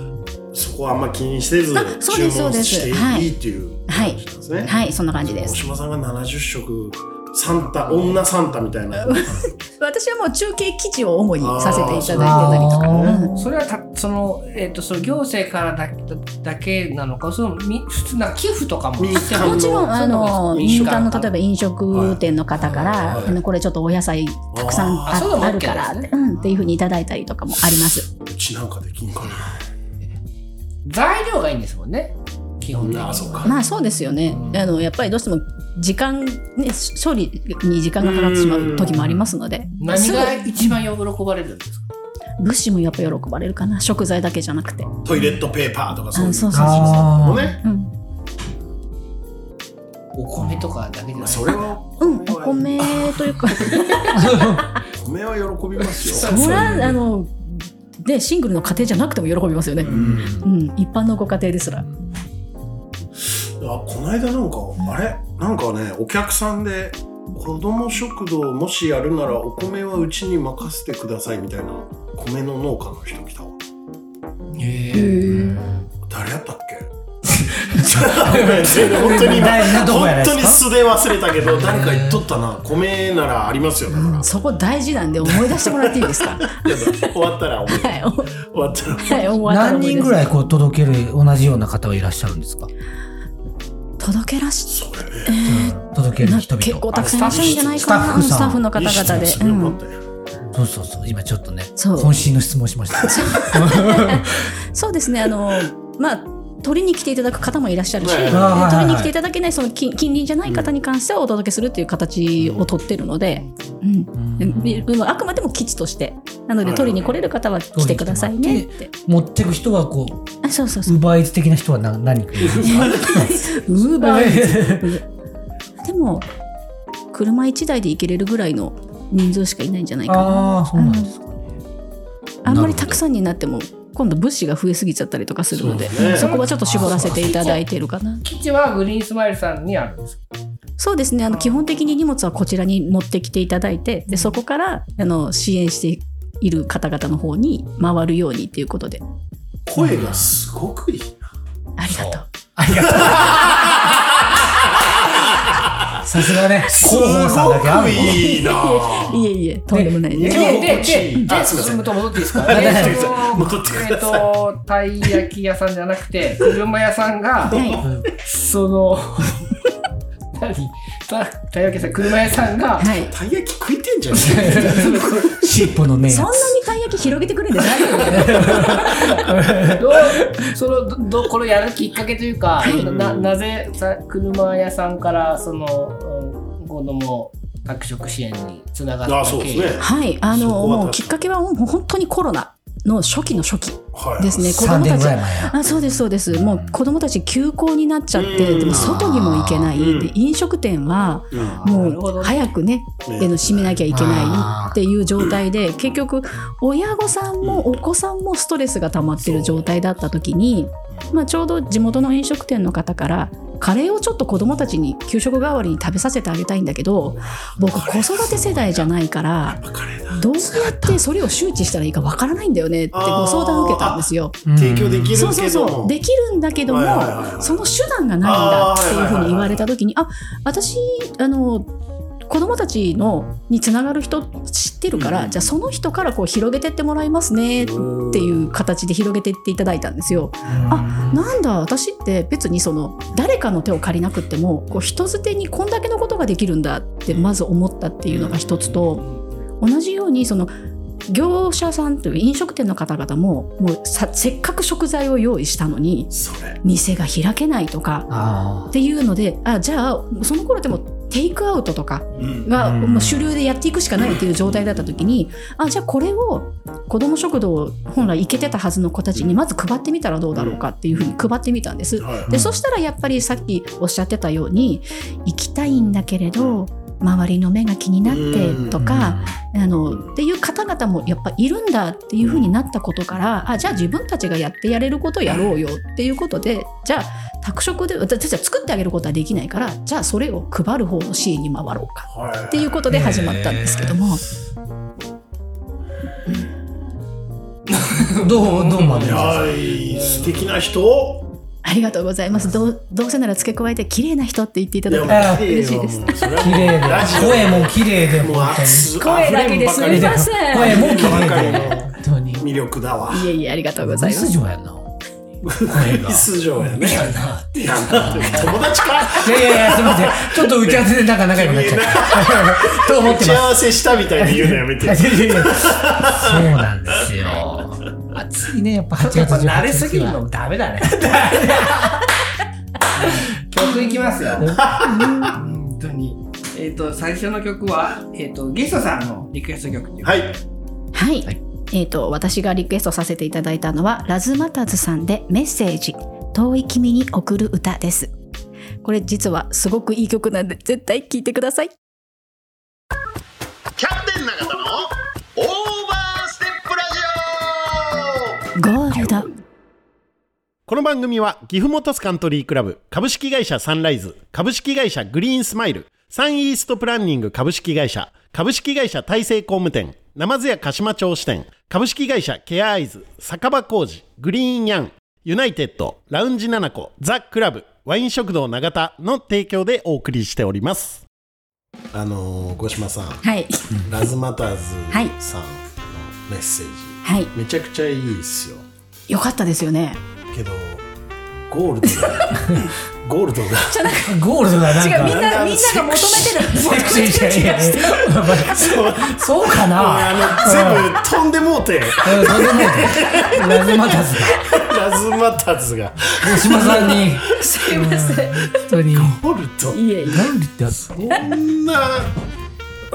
S1: そこはあんま気にせず
S5: あそう
S1: 注
S5: ですそう
S1: 文
S5: です
S1: していいっていう
S5: はい
S1: 感じなんですね。
S5: はいそんな感じで
S1: 大
S5: す。
S1: 島さんが70食サンタ女サンタみたいな
S5: 私はもう中継記事を主にさせていただいてたりとか。
S4: あ
S3: それはたそのえっ、とその行政からだだけなのか、そのみ普通な寄付とかも
S1: 民間の
S5: もちろんあの
S1: 飲食
S5: 民間の例えば飲食店の方から、
S1: はいはい
S5: あのこれちょっとお野菜たくさん
S3: あ
S5: あ
S3: そういうのも
S5: あるから
S3: OK
S5: っ
S3: で
S5: て,、
S3: すね
S5: うん、っていうふうにいただいたりとかもあります。
S1: うちなんかできんか
S3: 材料がいいんですもんね。基本的に
S1: な。
S3: は。
S1: あそうか。
S5: まあそうですよね、
S3: うん
S5: あのやっぱりどうしても時間、ね、処理に時間がかかってしまう時もありますので
S3: 何
S5: すぐ
S3: が一番喜ばれるんですか。
S5: 物資もやっぱ喜ばれるかな食材だけじゃなくて、うん、
S1: トイレットペーパーとかそうい
S5: そうう
S1: の
S5: そうそう
S1: も
S4: あ
S1: ね。
S5: うん、
S3: お米とかだけじ
S1: ま
S3: ゃな
S1: あ
S3: い。
S1: それは
S5: うん、お米と いうか
S1: 米は喜びますよ。
S5: それはあのでシングルの家庭じゃなくても喜びますよね、う
S1: うんん
S5: 一般のご家庭ですら
S1: あこの間なんかあれなんかねお客さんで子供食堂もしやるならお米はうちに任せてくださいみたいな米の農家の人来たわ
S3: へ
S5: へ
S3: え
S5: ー
S1: 誰やったっけ
S4: ですよ。
S1: 本当に今
S4: 大事なとこやな
S1: 本
S4: いです
S1: 当
S4: か
S1: に素で忘れたけど誰か言っとったな米ならありますよだから
S5: そこ大事なんで思い出してもらっていいで すかは
S1: やっぱ終わったら思い出
S5: い、お
S1: す終わったら
S5: はい、思わ
S4: 何人ぐら
S5: い
S4: いこう届ける同じような方はいらっしゃるんですか。
S5: 届けらし
S4: 届ける
S5: な
S4: 人
S5: 結構
S4: 々。
S5: たくさんいらっしゃるんじゃないかな
S4: スタッフさん
S5: スタッフの方々で
S1: いい質問
S5: う
S1: よ
S5: ん
S1: かったよ
S4: そうそうそう。今ちょっとね、
S5: そう
S4: 渾身の質問しました。
S5: そうですねあのまあ取りに来ていただく方もいらっしゃるし、
S1: はいはい
S4: はい
S5: 取りに来ていただけないその近近隣じゃない方に関してはお届けするっていう形を取ってるので、うん
S4: うん
S5: うんあくまでも基地としてな
S1: は
S5: の
S1: いは
S5: で
S1: い
S5: 取りに来れる方は来てくださいねって
S4: 持ってく人はこう
S5: あそうそうそう
S4: ウーバーイーツ的な人はな何人いるんですか。
S5: ウーバーイーツでも車1台で行けれるぐらいの人数しかいないんじゃないかな
S4: ああそうなんですか。
S5: あんまりたくさんになっても今度物資が増えすぎちゃったりとかするので
S1: そうね
S5: そこはちょっと絞らせていただいてるかな
S3: 基地はグリーンスマイルさんにあるんです
S5: そうですねあの基本的に荷物はこちらに持ってきていただいてでそこからあの支援している方々の方に回るようにっていうことで
S1: 声がすごくいいな
S5: ありがとう
S4: ありがとう。さすがね、
S1: す
S4: 広報さんだけあ
S1: ご
S4: る
S1: く
S4: の。
S1: いいな
S5: いえいえとんでもない
S1: い
S5: です
S1: や
S3: で、
S1: 心
S3: で、
S1: 地い
S3: で、
S1: い
S3: で、
S1: あすいません
S3: 進むと戻っていいです か
S4: 大丈夫
S1: です戻ってください
S3: えっと、たい焼き屋さんじゃなくて、車屋さんが、
S5: はい
S3: その、 何たたい焼き屋さん、車屋さ んが、
S5: はい
S1: たい焼き食いてんじゃ んい
S4: 尻尾のね。
S5: そんなにたい焼き広げてくれるんですか
S3: どうそのどどこれをやるきっかけというか、ななぜさ車屋さんからそのうん子供宅食支援につながった
S1: あそうですね
S5: はい、あ
S1: そ
S5: の
S1: こは
S5: もうきっかけはもう本当にコロナの初期の初期
S1: はい
S5: ですね、子
S4: 3
S5: 供
S4: 年
S5: た
S4: ぐ
S5: ち
S4: らい前や。
S5: あそうですそうです、もう子供たち休校になっちゃって、
S1: うん
S5: でも外にも行けない、
S1: うん
S5: で飲食店は
S1: うん
S5: も
S3: なるほど
S5: う
S3: ね
S5: 早くね、
S1: ね
S5: あの閉めなきゃいけ
S4: あ
S5: な
S4: ー
S5: いっていう状態で、結局親御さんもお子さんもストレスが溜まってる状態だった時に、まあ、ちょうど地元の飲食店の方からカレーをちょっと子供たちに給食代わりに食べさせてあげたいんだけど僕子育て世代じゃないから
S1: カレーだ
S5: どうやってそれを周知したらいいかわからないんだよねってご相談を受けたんですよ。
S1: 提供できるけど
S5: そう
S1: も
S5: そうそうできるんだけども、
S1: はいはいはいはい
S5: その手段がないんだっていうふうに言われた時にあ,、私あの子供たちのにつながる人知ってるから、
S1: うん
S5: じゃあその人からこう広げてってもらいますねっていう形で広げてっていただいたんですよ。あなんだ私って別にその誰かの手を借りなくってもこう人づてにこんだけのことができるんだってまず思ったっていうのが一つと同じようにその業者さんという飲食店の方々ももうさせっかく食材を用意したのに
S1: それ
S5: 店が開けないとか
S4: あ
S5: っていうのであじゃあその頃でもテイクアウトとか
S1: うん
S5: が
S4: うん
S5: もう主流でやっていくしかないっていう状態だった時にあじゃあこれを子ども食堂を本来行けてたはずの子たちにまず配ってみたらどうだろうかっていうふうに配ってみたんです。
S1: はい
S5: でそしたらやっぱりさっきおっしゃってたように行きたいんだけれど周りの目が気になってと
S4: ー
S5: か、あのっていう方々もやっぱいるんだっていうふうになったことからあじゃあ自分たちがやってやれることやろうよっていうことでじゃあ宅食で私たちは作ってあげることはできないからじゃあそれを配る方の支援に回ろうか
S1: はい
S5: っていうことで始まったんですけども、
S4: うんどうどうまで
S1: いやー素敵な人
S5: ありがとうございますどうどうせなら付け加えて綺麗な人って言っていた
S1: い
S5: だ
S1: やも
S5: い
S1: う
S5: て
S4: あ
S5: 嬉しいです
S1: もうそれは
S4: 綺
S1: もう
S4: 麗
S1: ラジ
S4: で
S1: オ
S4: 声も綺麗で
S1: もう
S4: 本
S1: 熱
S5: 声だけです
S1: 溢れ
S5: み
S1: んば
S5: ま
S1: か
S5: せん
S4: 当に声も綺麗で
S1: ばかりの
S4: 本当に
S1: り魅力だわ
S5: いえいえありがとうございます
S4: ミス嬢やんな声が
S1: 出場やねいや友達か
S4: いやいやいやすみませんちょっと打ち合わせでなんか仲良くなっちゃったと思っ
S1: 打
S4: て
S1: ち合
S4: ま
S1: わせしたみたいに言うのやめて
S4: すいやいやいやそうなんですよ暑いねやっぱ8
S3: ちょっ
S4: 月18
S3: と
S4: 日
S3: やっぱ
S4: は
S3: 慣れすぎるのもダ メだね曲いきますよ本当にえっ、と最初の曲は、えっとゲストさんのリクエスト曲っていう
S1: はい
S5: はい、
S4: はい
S5: えっ、と私がリクエストさせていただいたのはラズマタズさんでメッセージ遠い君に送る歌ですこれ実はすごくいい曲なんで絶対聴いてください
S2: キャプテン永田のオーバーステップラジ
S5: ゴールド
S1: この番組は岐阜モトスカントリークラブ株式会社サンライズ株式会社グリーンスマイルサンイーストプランニング株式会社株式会社大成工務店生津屋鹿島町支店株式会社ケアアイズ酒場工事グリーンヤンユナイテッドラウンジナナコザ・クラブワイン食堂永田の提供でお送りしておりますあのー、五島さん
S5: はい。
S1: ラズマターズ
S5: はい
S1: さんのメッセージ、
S5: はい。
S1: めちゃくちゃいいっすよ
S5: よかったですよね。
S1: けどゴールド がゴールドが
S4: ゴールドだなん
S5: 違う、みん
S4: か。
S5: な、みん なが求めてる。 求めてる気がして。
S1: そう
S4: そうかな。
S1: あの全部飛んでもうて
S4: うんとんでもない。ラズマタズだ。
S1: ラズマターズが
S4: 大島さんに
S5: すいません。
S4: 本当に。
S1: ゴールド
S5: いえいえ。
S4: なんでってやつ。
S1: こんな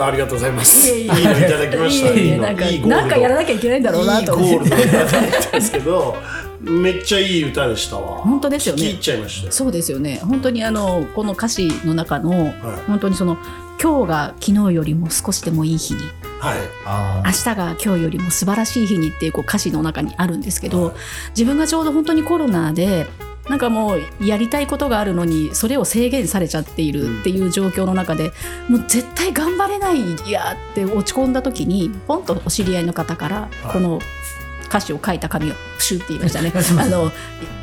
S1: ありがとうございます
S5: いえいえ
S1: のいただきました
S5: いえいえ
S1: の
S5: なんか
S1: いいゴールド
S5: なんかやらなきゃいけないんだろうない
S1: い
S5: と
S1: ゴ
S5: 思
S1: ー
S5: っ
S1: ルド
S5: て。
S1: いただいたんですけどめっちゃいい歌でしたわ
S5: 本当ですよね
S1: 聞き入っちゃいましたよ
S5: そうですよね。本当にあのこの歌詞の中の
S1: はい
S5: 本当にその今日が昨日よりも少しでもいい日に、
S1: はい
S4: あ
S5: 明日が今日よりも素晴らしい日にっていうこう歌詞の中にあるんですけど、自分がちょうど本当にコロナでなんかもうやりたいことがあるのにそれを制限されちゃっているっていう状況の中で、もう絶対頑張れないやって落ち込んだ時にポンとお知り合いの方から
S1: はい
S5: この歌詞を書いた紙をプシュって言いました ねあの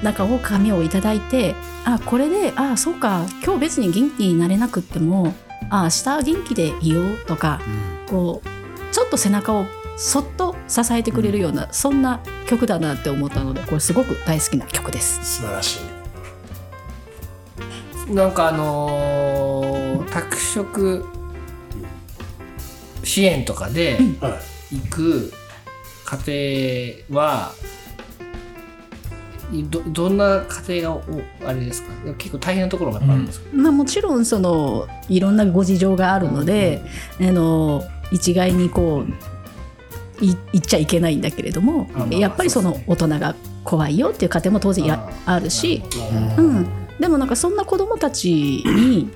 S5: なんかを紙をいただいてあこれであそうか今日別に元気になれなくってもあ明日元気でいようとかこうちょっと背中をそっと支えてくれるような、そんな曲だなって思ったのでこれすごく大好きな曲です。
S1: 素晴らしい
S3: なんかあのー、宅食支援とかで
S1: は
S3: 行く家庭は、どどんな家庭がおあれですか結構大変なところがやっぱあるんですか、
S5: まあ、もちろんそのいろんなご事情があるので、あの一概にこうい言っちゃいけないんだけれども
S3: あまあ
S5: やっぱりそ
S3: そう
S5: の
S3: で
S5: 大人が怖いよっていう家庭も当然やあるし
S4: ー
S5: うん、でもなんかそんな子供たちに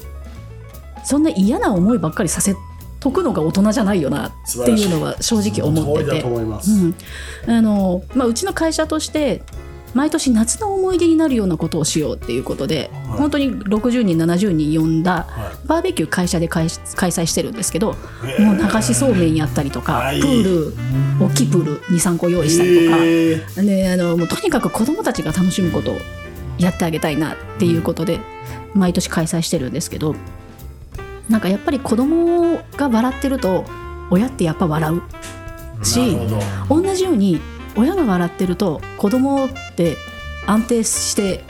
S5: そんな嫌な思いばっかりさせとくのが大人じゃないよなっていうのは正直思っ
S1: い通
S5: て
S1: りだ
S5: て
S1: と。思います、
S5: うんあのまあ、うちの会社として毎年夏の思い出になるようなことをしようっていうことで、
S1: はい
S5: 本当に60人70人呼んだ
S1: は
S5: バーベキュー会社で開開催してるんですけど、もう流しそうめんやったりとか、
S1: はい
S5: プール大きいプール23個用意したりとか、
S1: えー
S5: ね、あのもうとにかく子どもたちが楽しむことをやってあげたいなっていうことで毎年開催してるんですけどなんかやっぱり子どもが笑ってると親ってやっぱ笑うし
S1: なるほど
S5: 同じように親が笑ってると子供って安定して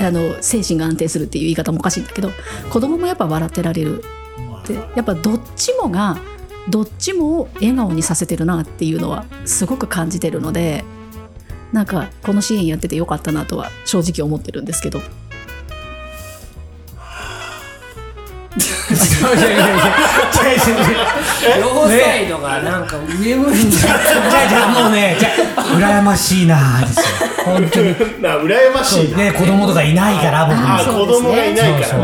S5: あの精神が安定するっていう言い方もおかしいんだけど子供もやっぱ笑ってられるってやっぱどっちもがどっちもを笑顔にさせてるなっていうのはすごく感じてるのでなんかこの支援やっててよかったなとは正直思ってるんですけど
S4: いやいやいやいや。違う違う違う
S3: 両方サイドがなんか上向いて
S4: じゃあじゃあもうね、じゃあ羨ましいなあですよ。本当に。
S1: な羨ましいな
S4: ね、子供とかいないから、僕
S1: あ
S4: も。
S1: ー
S5: そう
S1: 子
S5: ですね
S1: 供がいないからね
S4: そうそう。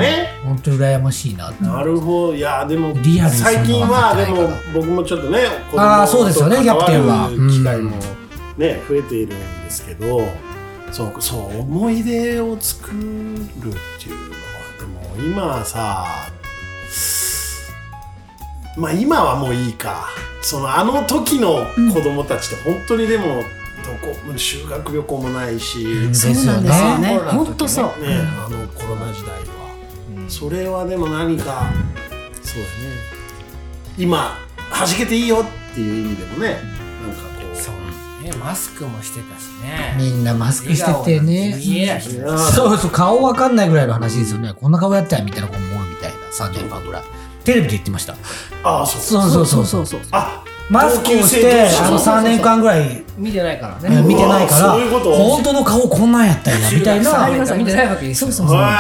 S4: 本当に羨ましいなって。
S1: なるほどいやでも
S4: リアルにそんな
S1: 最近はで
S4: わかんない
S1: も
S4: か
S1: 僕もちょっとね子供
S4: あーそうですよね
S1: と関わる
S4: キャプテンはうん
S1: 機会もね増えているんですけどそうそう思い出を作るっていうのはでも今さまあ今はもういいかそのあの時の子供たちって本当にでもどこ修学旅行もないし、
S4: です
S5: そう
S4: よね
S5: なんですよね
S3: コロナの時ね
S5: 本当そう
S1: ね、あのコロナ時代は、それはでも何かそうだね今弾けていいよっていう意味でもねなんかこう
S3: そうねマスクもしてたしね
S4: みんなマスクしててね。
S3: 見えやし
S1: いやー
S4: そうそう、顔わかんないぐらいの話ですよね。こんな顔やったよみたいな子もおるみたいな、3年間ぐらい。テレビで言ってました。
S1: ああそう
S4: そうそうそう。
S5: そうそうそう
S1: あ
S4: マスクをし
S1: 同級生
S4: て
S1: 同、士
S4: あの3年間ぐらい
S3: 見てないから
S4: え
S3: ね
S4: 見てないか
S1: うわ
S4: ら
S1: そういうこと
S4: 本当の顔こんなんやったよなみたいな
S5: ありますあり
S3: 見て
S5: ます
S3: ないわけですよ
S5: そうそう
S1: は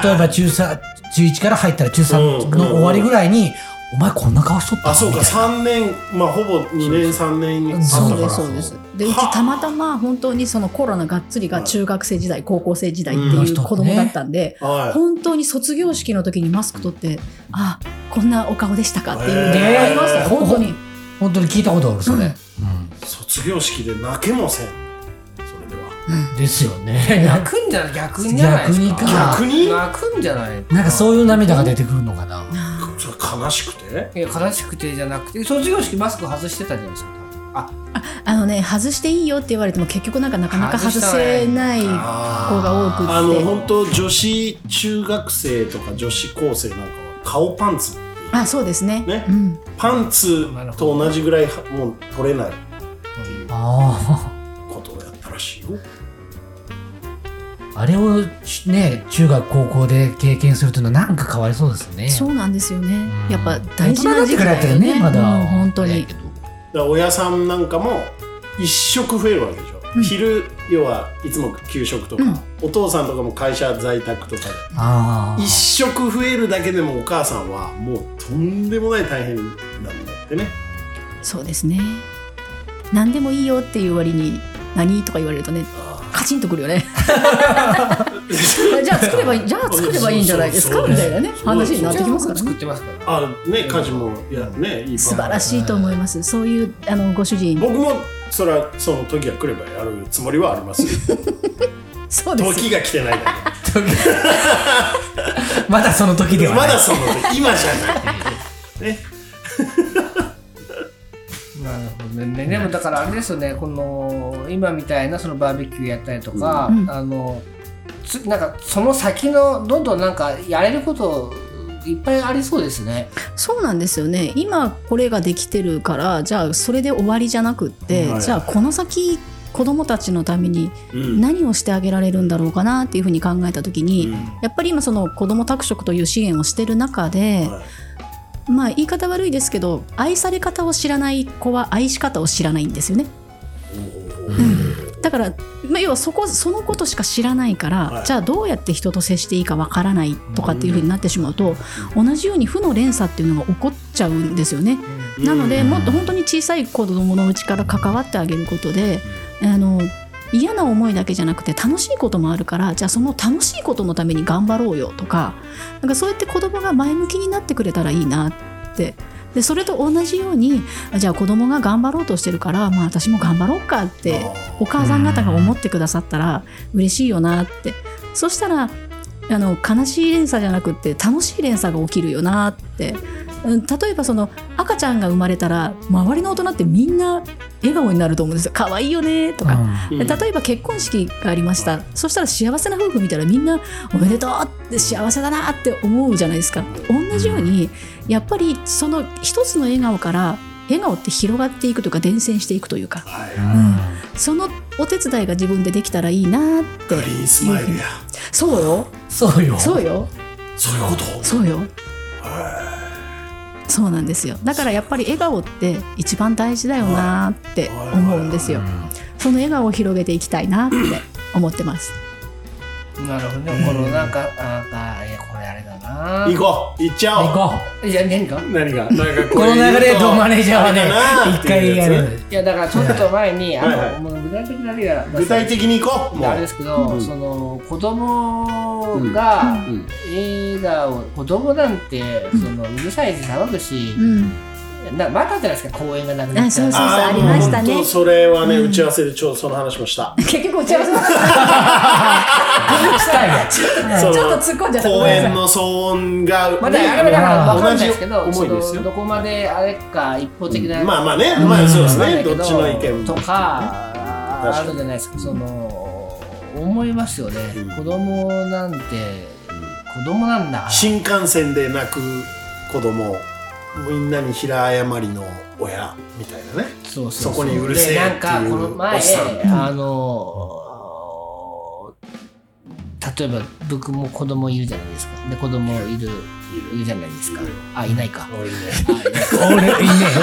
S1: い
S4: 例えば中3中1から入ったら中3の終わりぐらいに「お前こんな顔しとった
S1: あそうか
S4: みたいな
S1: 3年まあほぼ2年3年にあっ
S5: そう
S1: たか
S5: で
S1: ら
S5: すそうですでうちたまたま本当にそのコロナがっつりが中学生時代高校生時代っていう子供だったん で、
S1: は
S5: 本当に卒業式の時にマスク取ってあこんなお顔でしたかっていう
S1: へー
S5: ありましたよ本当に
S4: 本当に聞いたことあるそれ、
S1: い卒業式で泣けもせんそれでは
S4: うんですよね
S3: 泣くんじゃない逆にじゃないですか
S4: 逆にか
S1: 逆に
S3: 泣くんじゃない
S4: なんかそういう涙が出てくるのかな
S1: それ悲しくて
S3: いや悲しくてじゃなくて卒業式マスク外してたじゃないですか
S5: あのね外していいよって言われても結局なんかなかなか外せない子が多くって
S1: あの本当女子中学生とか女子高生なんかは顔パンツっていう
S5: あそうですね
S1: ね
S5: うん、
S1: パンツと同じぐらいはもう取れないっていう
S4: あ
S1: ことをやったらしいよ
S4: ああれをね中学高校で経験するというのはなんか変わりそうですね
S5: そうなんですよね、
S4: うん
S5: やっぱ大事な
S4: 大人になって
S5: 時期
S4: からだよねまだ
S5: うん本当
S4: 早い
S5: に
S4: けど
S1: だから親さんなんかも一食増えるわけでしょ、
S5: うん
S1: 昼要はいつも給食とか、
S5: うん
S1: お父さんとかも会社在宅とか
S4: あ
S1: で一食増えるだけでもお母さんはもうとんでもない大変なんだってね
S5: そうですね何でもいいよっていう割に何とか言われるとねカチンとくる よねじゃあ作ればいいじゃあ作ればいいんじゃないですか
S1: そう
S5: み
S1: そう
S5: た
S1: そう
S5: いなね話になってきますから
S3: 作っ
S5: ね
S3: てますからね
S1: あね家事もいやねいいパパ
S5: 素晴らしいと思いますそういうあのご主人
S1: 僕もそれはその時が来ればやるつもりはあり ますよ
S5: そうです
S1: 時が来てないだ
S4: あ まだその時
S1: け
S4: では
S1: ま
S4: ない
S1: だその時今じゃない
S3: なるほどね。でもだからあれですよね、この今みたいなそのバーベキューやったりとか、
S5: うん
S3: あのつなんかその先のどんどんなんかやれることいっぱいありそうですね。
S5: そうなんですよね今これができてるからじゃあそれで終わりじゃなくって、
S1: はい
S5: じゃあこの先子供たちのために
S1: うん
S5: 何をしてあげられるんだろうかなっていうふうに考えた時に、
S1: うん
S5: やっぱり今その子ども宅食という支援をしてる中で、
S1: はい
S5: まあ言い方悪いですけど愛され方を知らない子は愛し方を知らないんですよねだから、まあ、要はそこそのことしか知らないから、
S1: はい
S5: じゃあどうやって人と接していいかわからないとかっていうふうになってしまうと、同じように負の連鎖っていうのが起こっちゃうんですよね。なので
S4: うん
S5: もっと本当に小さい子供のうちから関わってあげることであの嫌な思いだけじゃなくて楽しいこともあるからじゃあその楽しいことのために頑張ろうよとかなんかそうやって子供が前向きになってくれたらいいなってでそれと同じようにあじゃあ子供が頑張ろうとしてるから、まあ、私も頑張ろうかってお母さん方が思ってくださったら嬉しいよなってそしたらあの悲しい連鎖じゃなくって楽しい連鎖が起きるよなって、うん、例えばその赤ちゃんが生まれたら周りの大人ってみんな笑顔になると思うんですよ可愛いよねとか、
S4: う
S5: で例えば結婚式がありました、そしたら幸せな夫婦見たらみんなおめでとうって幸せだなって思うじゃないですか同じようにやっぱりその一つの笑顔から笑顔って広がっていくというか伝染していくというか
S1: はい
S4: ん
S5: そのお手伝いが自分でできたらいいなって
S1: グリーンスマイルや
S5: そうよ
S4: そうよ
S5: そうよ
S1: そういうこと
S5: そうよ
S1: は。
S5: そうなんですよだからやっぱり笑顔って一番大事だよなって思うんですよ
S4: うん
S5: その笑顔を広げていきたいなって思ってます
S3: なるほどね。このなんか、ああいやこれあれだない
S1: 行こう行っちゃおう
S4: 行こ
S3: いや何か。
S1: 何がなんか
S4: うこの流れとマネージャーはね
S1: あれだなーっ
S4: 一
S1: ていう
S4: 回
S1: や
S4: や
S1: つ
S4: る
S3: いやだからちょっと前に、
S1: はいはい
S3: あのもう具体的な例が
S1: 具体的に行こうもう
S3: あれですけど、
S1: うん
S3: その子供が
S1: うん
S3: 映画を子供なんてそのうるさいし騒ぐし。
S5: うん
S3: なまたじゃないですか公演がなくなっ
S5: あ
S3: ち
S5: そう
S3: ゃ
S5: そう
S3: う
S5: そう
S1: ー
S5: ありました
S1: も
S5: ね
S1: う本当それはね、打ち合わせでちょうどその話もした。
S5: 結局打ち合わせだ
S4: したいね
S1: その
S5: ちょっと突っ込んじゃったご
S1: 公
S5: めん
S1: 園
S5: なさい
S1: の騒音が、ね
S3: まだあれはだから
S4: まあ
S3: わかんないですけど
S1: 同じ
S3: そ
S1: 思いですよ
S3: のどこまであれか一方的な、
S1: まあまあね、
S4: うん
S1: まあそうです
S3: わかんな
S1: ね、
S3: いけ
S1: ど
S3: ど
S1: っちの意見
S3: と
S1: も。
S3: か
S1: 確か
S3: あ
S1: に
S3: るじゃないですかその思いますよね、
S1: うん
S3: 子供なんて子供なんだ
S1: 新幹線で泣く子供、みんなに平謝りの親みたいなね。
S3: そう
S1: そこにうるせえ
S3: でなんか
S1: っていう
S3: この前
S1: おっさん
S3: あの例えば僕も子供いるじゃないですかで子供いるいるじゃないですかあいないか
S1: おいね
S4: 俺いね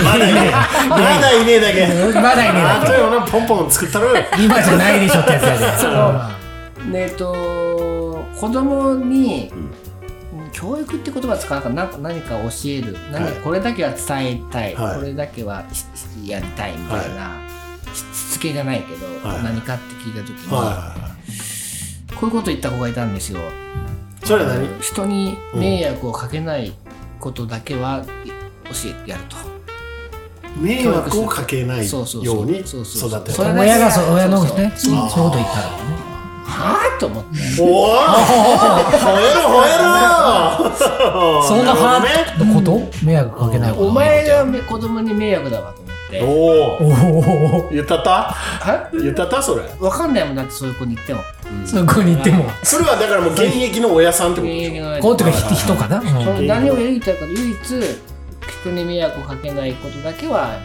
S1: まだいねえ、まだいねえだけ。
S4: えまだいねえ
S1: あ
S4: だ
S1: とよな、ポンポン作ったろ。
S4: け今じゃないでしょってやつだね
S3: そうでえっと子供に、教育って言葉使うかな何か教える何か
S1: はい
S3: これだけは伝えたい、
S1: はい
S3: これだけはしやりたいみたいな、ししつけじゃないけど、
S1: はい
S3: 何かって聞いた時に、
S1: は
S3: こういうこと言った子がいたんですよ。
S1: い。それは何
S3: 人に迷惑をかけないことだけはい教えてやると。
S1: 迷惑をかけないよ
S3: そううそうそう
S1: うに
S3: そ
S1: 育
S3: うそうそう
S1: て
S3: そ
S1: る。
S3: れ
S4: 親がそう親のね
S3: そ
S4: そううい
S3: そ
S4: ううこと言ったらね
S3: はあと 思って。
S1: おお吠えろ吠えろ
S4: そんな
S1: るほど
S4: ハ
S1: ね
S4: ートこと迷惑かけないこと
S3: お前がめ子供に迷惑だわと思って。って
S1: おお
S4: おお
S1: 言ったった
S3: は
S1: 言ったったそれ
S3: 分かんないもんだってそういう子に言っても
S4: そこに行っても
S1: それはだからもう現役の親さんってこと
S3: 現
S1: でし
S3: 役の
S4: こうとかひ人かな、う
S3: そ
S4: ん
S3: の何を言いたいか唯一人に迷惑をかけないことだけはよかって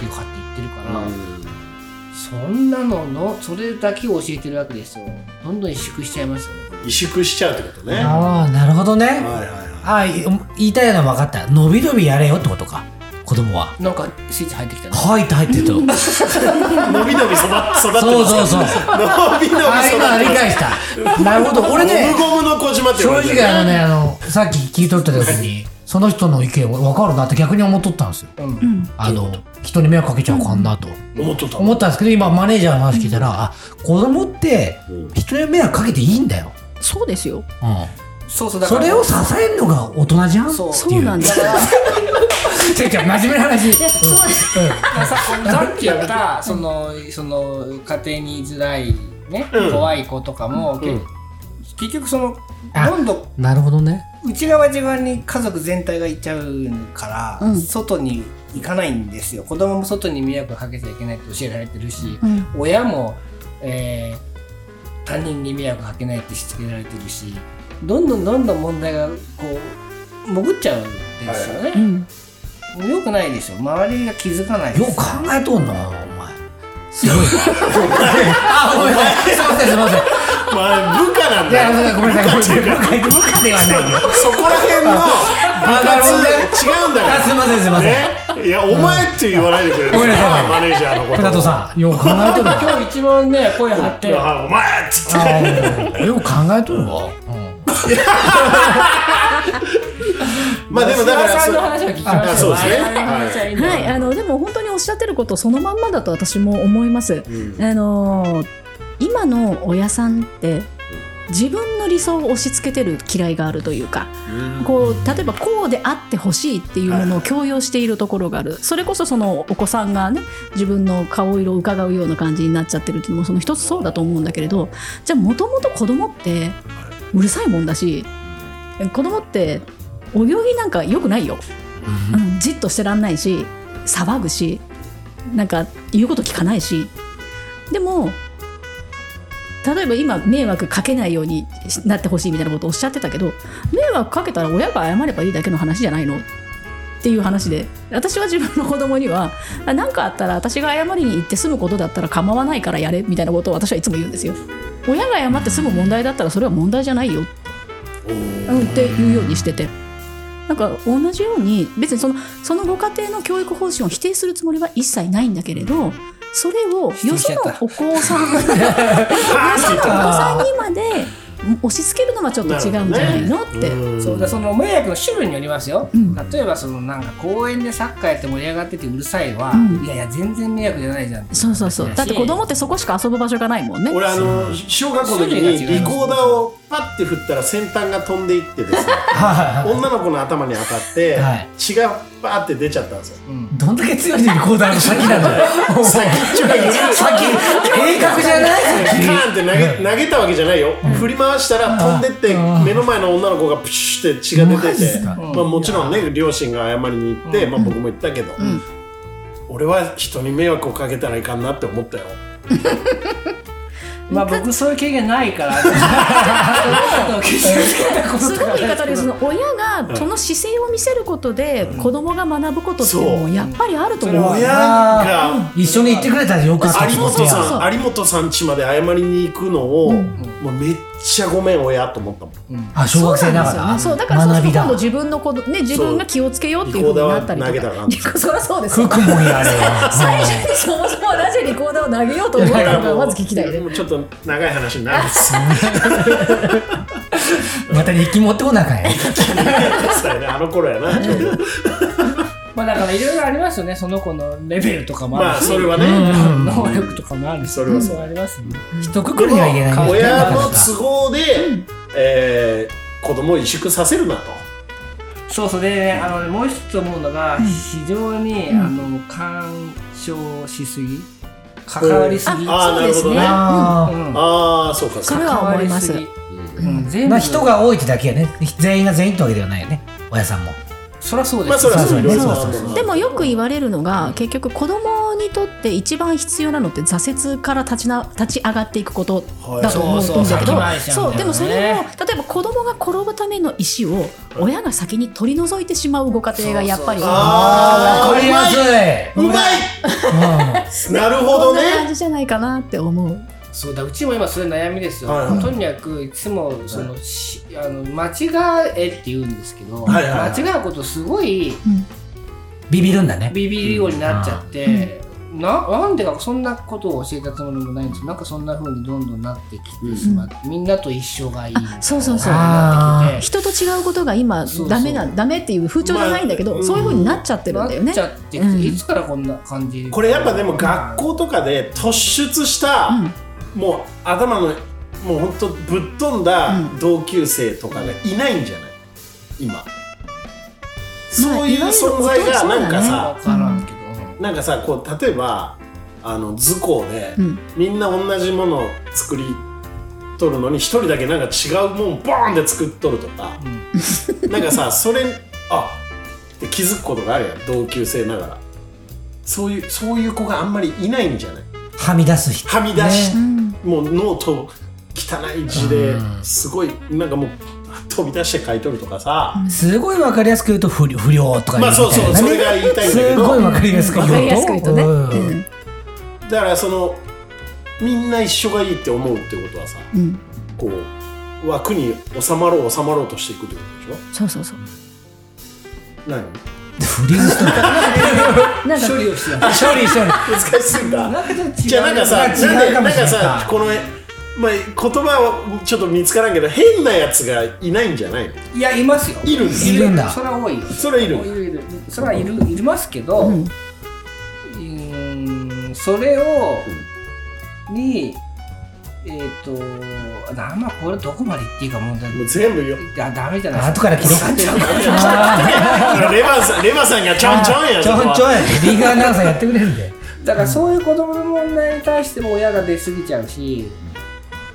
S3: 言ってるか
S1: ょ
S3: ら、そんなののそれだけを教えてるわけですよどんどん萎縮しちゃいますよね
S1: 萎縮しちゃうってことねは
S4: ああなるほど
S1: い
S4: ね
S1: はいは
S4: ああい言いたいのは分かった伸び伸びやれよってことか子供は
S3: なんかスイッチ入ってきたね
S4: 入って入ってと
S1: い伸び伸び育って育って
S4: そう
S1: ます
S4: そうそ う
S1: 伸び伸び
S4: ああいうのは理
S1: 育って
S4: 解したなるほど俺ね
S1: ゴムゴムの小島って
S4: 正
S1: 言われてる
S4: 直あのねあのさっき聞いとった時にその人の意見分かるなって逆に思っとったんですよ
S3: うん
S5: うん
S4: あの人に迷惑かけちゃうかんなと
S1: 思っとった
S4: 思ったんですけど今マネージャーの話聞いたらあ子供って
S1: うん
S4: 人に迷惑かけていいんだよ、
S5: そうですよ。
S4: う、
S3: そうそうんだか
S4: そ
S3: ら
S4: れを支えるのが大人じゃん
S3: そう
S4: って
S5: そ
S4: いう
S5: なんですよ。
S4: 違う違う真面目な話
S5: いやそう
S3: さ さっきやったそのその家庭に居づらいね、
S1: うん
S3: 怖い子とかも、け
S1: うん
S3: 結局その
S4: あ
S3: どんどん
S4: なるほどね
S3: 内側自分に家族全体が行っちゃうから、
S5: うん
S3: 外に行かないんですよ子供も外に迷惑かけちゃいけないって教えられてるし、
S5: うん
S3: 親も、えー他人に迷惑かけないってしつけられてるしどんどんどんどん問題がこう潜っちゃうんですよ
S5: う
S3: ね、
S5: ん
S3: 良くないですよ周りが気づかないで
S4: よ
S3: す
S4: く考えとんなお前すごいな あごめんなさいすいませんすいません
S1: まあ部下なん
S4: いや
S1: だよ
S4: ごめんなさいごめんなさい部下部下ではないよ
S1: そこら辺の部
S4: あなるほどね
S1: 活違うんだか
S4: あすいませんすいま
S1: ら
S4: せん
S1: ねいやお前って言わないでくれる
S4: ごめんなさい
S1: マネージャーのこと
S4: 高藤さんよく考えとるわ
S3: 今日一番ね声張って
S1: あお前っつって
S4: あよく考えとるわ、
S1: まあでもだから
S3: さ
S1: そ
S3: んの話は聞きました
S1: あそうですね
S3: 我々の話はいいんだよ
S5: はい、あのでも本当におっしゃってることそのまんまだと私も思います。
S1: うん
S5: あのー今の親さんって自分の理想を押し付けてる嫌いがあるというか、こう例えばこうであってほしいっていうものを強要しているところがあるそれこそそのお子さんがね自分の顔色を伺うような感じになっちゃってるっていうのもその一つそうだと思うんだけれどじゃあもともと子供ってうるさいもんだし子供ってお行儀なんか良くないよ、うん、じっとしてらんないし騒ぐしなんか言うこと聞かないしでも例えば今迷惑かけないようになってほしいみたいなことをおっしゃってたけど迷惑かけたら親が謝ればいいだけの話じゃないのっていう話で私は自分の子供には何かあったら私が謝りに行って済むことだったら構わないからやれみたいなことを私はいつも言うんですよ。親が謝って済む問題だったらそれは問題じゃないようん、っていうようにしてて。なんか同じように別にそのそのご家庭の教育方針を否定するつもりは一切ないんだけれどそれをよ
S3: 否定し
S5: そ
S3: ちゃっ
S5: の
S3: た
S5: お子 さんよそのお子さんにまで押し付けるのはちょっと違うんじゃないのって。
S1: うん
S3: そうだその迷惑の種類によりますよ、
S5: うん
S3: 例えばそのなんか公園でサッカーやって盛り上がっててうるさいは、
S5: うん
S3: いやいや全然迷惑じゃないじゃん
S5: そうそうそうだって子供ってそこしか遊ぶ場所がないもんね。
S1: 俺あの小学校の時にリコーダーをパッて振ったら先端が飛んでいってですね
S4: はい
S1: 女の子の頭に当たって、
S4: はい
S1: 血がバーって出ちゃったんですよ
S4: どんだけ強いリコーダーの先なのよ 先鋭角じゃない
S1: カーンって投げ,、投げたわけじゃないよ、振り回したら飛んでって
S4: うん
S1: 目の前の女の子がプシュって血が出
S4: マジ
S1: て
S4: っす
S1: て、
S4: か
S1: まあ、もちろんね両親が謝りに行って、まあ、僕も言ったけど、
S5: ん
S1: 俺は人に迷惑をかけたらいかんなって思ったよ
S3: まあ僕そういう経験ないからそういうことを傷つけたこと
S5: すごい言い 方でそ
S3: そ
S5: の親がその姿勢を見せることで子供が学ぶことっていうのもやっぱりあると思う。
S1: 親が
S4: 一緒に行ってくれたらよかった
S1: 有
S4: 気持ち
S1: 本
S4: や
S5: そうそう
S1: さん有本さん家まで謝りに行くのを、
S5: うん
S1: もうめっちゃごめん親と思ったもん
S4: あ小学生ながら
S5: そうなんですよねそうだからそうす
S4: 学
S5: る
S4: び
S5: と今
S4: だ
S5: 度自分の子どね自分が気をつけようっていうことになったりとか。
S1: リコーダーは投げたらあ
S5: そりゃそうですよ
S4: 服もやれよ
S5: 最初にそもそもなぜリコーダーを投げようと思ったのかまず聞きたいね。
S1: もうちょっと長い話になるん です
S4: また日記持ってこなあかんや
S1: よねあの頃やなちょうど
S3: まあだからいろいろありますよねその子のレベルとかも
S1: まあ
S3: あるし、
S1: それはね、
S4: うん
S3: 能力とかもあるし
S1: それはそう
S3: ありますね
S4: 一括りには言えないね
S1: 親の都合で、えー子供を萎縮させるなと。
S3: そうそうで、ね、あのねもう一つ思うのが、非常に、あの干渉しすぎ関わりすぎ、
S1: あー
S5: そうですね。
S1: なる
S4: あ
S3: うん
S1: ああ、そうか、
S5: そ
S1: そう
S5: れ
S1: か。
S5: は思います
S3: 関わりぎうん全
S4: ー
S3: 部
S4: まあ人が多いってだけやね全員が全員ってわけではないよね親さんも
S3: そりゃそうで
S1: まあ
S3: す
S1: そ
S3: よ、
S1: れはそう
S4: そう
S1: ですまあ
S4: そうそう
S1: まあ
S5: でもよく言われるのが結局子供にとって一番必要なのって挫折から立ちな立ち上がっていくことだと思う
S3: そ
S5: ん
S3: う
S5: だ
S3: そう先
S5: けど
S3: 回りしちゃうんだよね
S5: でもそれを例えば子供が転ぶための石を親が先に取り除いてしまうご家庭がやっぱり
S3: そうそう
S1: あー
S4: わかりやす
S1: う
S4: い。
S1: まいなるほ
S5: こ
S1: ど
S5: んな感
S1: ね
S5: じじゃないかなって思う。
S3: そうだうちも今それ悩みですよ、
S1: はいはい
S3: とにかくいつもその、しあの間違えって言うんですけど、
S1: はいはいはい
S3: 間違うことすごい
S4: ビビるんだね。
S3: ビビるようになっちゃって、ななんでかそんなことを教えたつもりもないんですよなんかそんな風にどんどんなってきてしまって、みんなと一緒がいいみたいな
S5: そうそうそう
S3: なってきて
S5: 人と違うことが今
S3: そうそう
S5: ダメなダメっていう風潮じゃないんだけど、
S1: まあ
S5: そういう風になっちゃってる
S3: なん
S5: だよ
S3: っ
S5: ね
S3: ち。ゃってきて、
S5: うん
S3: いつからこんな感じ
S1: これやっぱでも学校とかで突出した、
S5: うん
S1: もう頭のもうほんとぶっ飛んだ
S5: うん
S1: 同級生とかがいないんじゃない今そういう
S5: いわゆる
S1: 存在がなんか
S5: 大
S1: さ
S3: わからんけど、
S1: なんかさこう例えばあの図工で、
S5: うん
S1: みんな同じものを作り取るのに一人だけなんか違うもんボーンって作っとるとか、 なんかさそれあって気づくことがあるやん同級生ながらそういうそういう子があんまりいないんじゃない
S4: はみ出す人。
S1: はみ出し、
S4: ね
S1: もうノート汚い字で
S4: うん
S1: すごいなんかもう飛び出して書いとるとかさ、
S4: すごいわかりやすく言うと不良不良とか
S1: ま
S4: 言
S1: あ
S4: う
S1: そうそうそ
S4: みたいなね
S1: れが言いたいんだけ
S4: す
S1: ど
S4: ごいわかりやすく言うと。
S5: わかりやすく言うとね。
S4: うん
S5: うん
S1: だからそのみんな一緒がいいって思うってことはさ
S5: うん
S1: こう枠に収まろう収まろうとしていくってことでし
S5: そうそうそう。
S1: ょ何
S4: フリーズしとる。
S5: なんか
S3: 処理をして
S4: あ処理処理。
S1: 難しすぎた じゃあなんかさ
S4: な
S1: なんん
S4: か違う
S1: で
S4: か
S1: な
S4: も
S1: ん
S4: しれ
S1: か
S4: ない
S1: さこのまあ、言葉はちょっと見つからんけど変なやつがいないんじゃないの
S3: いやいますよ
S1: いるんです
S4: いるんだ
S3: それは多いよ
S1: それいる
S3: いるいるそれはいるいますけど、う
S5: うん
S3: ーんそれをにえっ、となまあこれどこまで言っていいか問題
S1: もう全部よ
S3: あダメじゃない
S4: 後から切ろうか。
S1: レバーさんレバーさんがちょんちょんや
S4: ちょんち
S1: ん
S4: ょんや。リーガーナンサーやってくれるんで。
S3: だからそういう子供の問題に対しても親が出過ぎちゃうし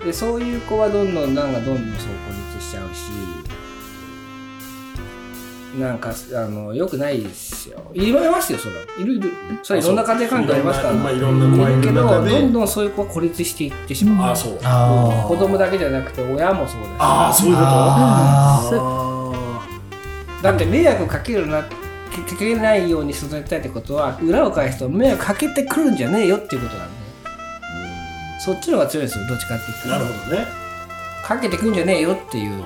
S3: でそういう子はどんどんなんかどんどんそう孤立しちゃうしなんかあのよくないですよいろいろいますよそれはいるいるそれはいろんな家庭環境ありますから
S1: まあいろんな子がい
S3: い
S1: る
S3: るけど
S1: 中で
S3: どんどんそういう子は孤立していってしまう
S1: あそう
S4: あ
S3: 子供だけじゃなくて親もそうだ
S1: ああそういうこと
S4: あ
S5: そう
S3: しだって迷惑かけるなかけないように育てたいってことは裏を返すと迷惑かけてくるんじゃねえよっていうことなんでそっちの方が強いですよどっちかっていうと
S1: なるほどね
S3: かけてくんじゃねえよっていう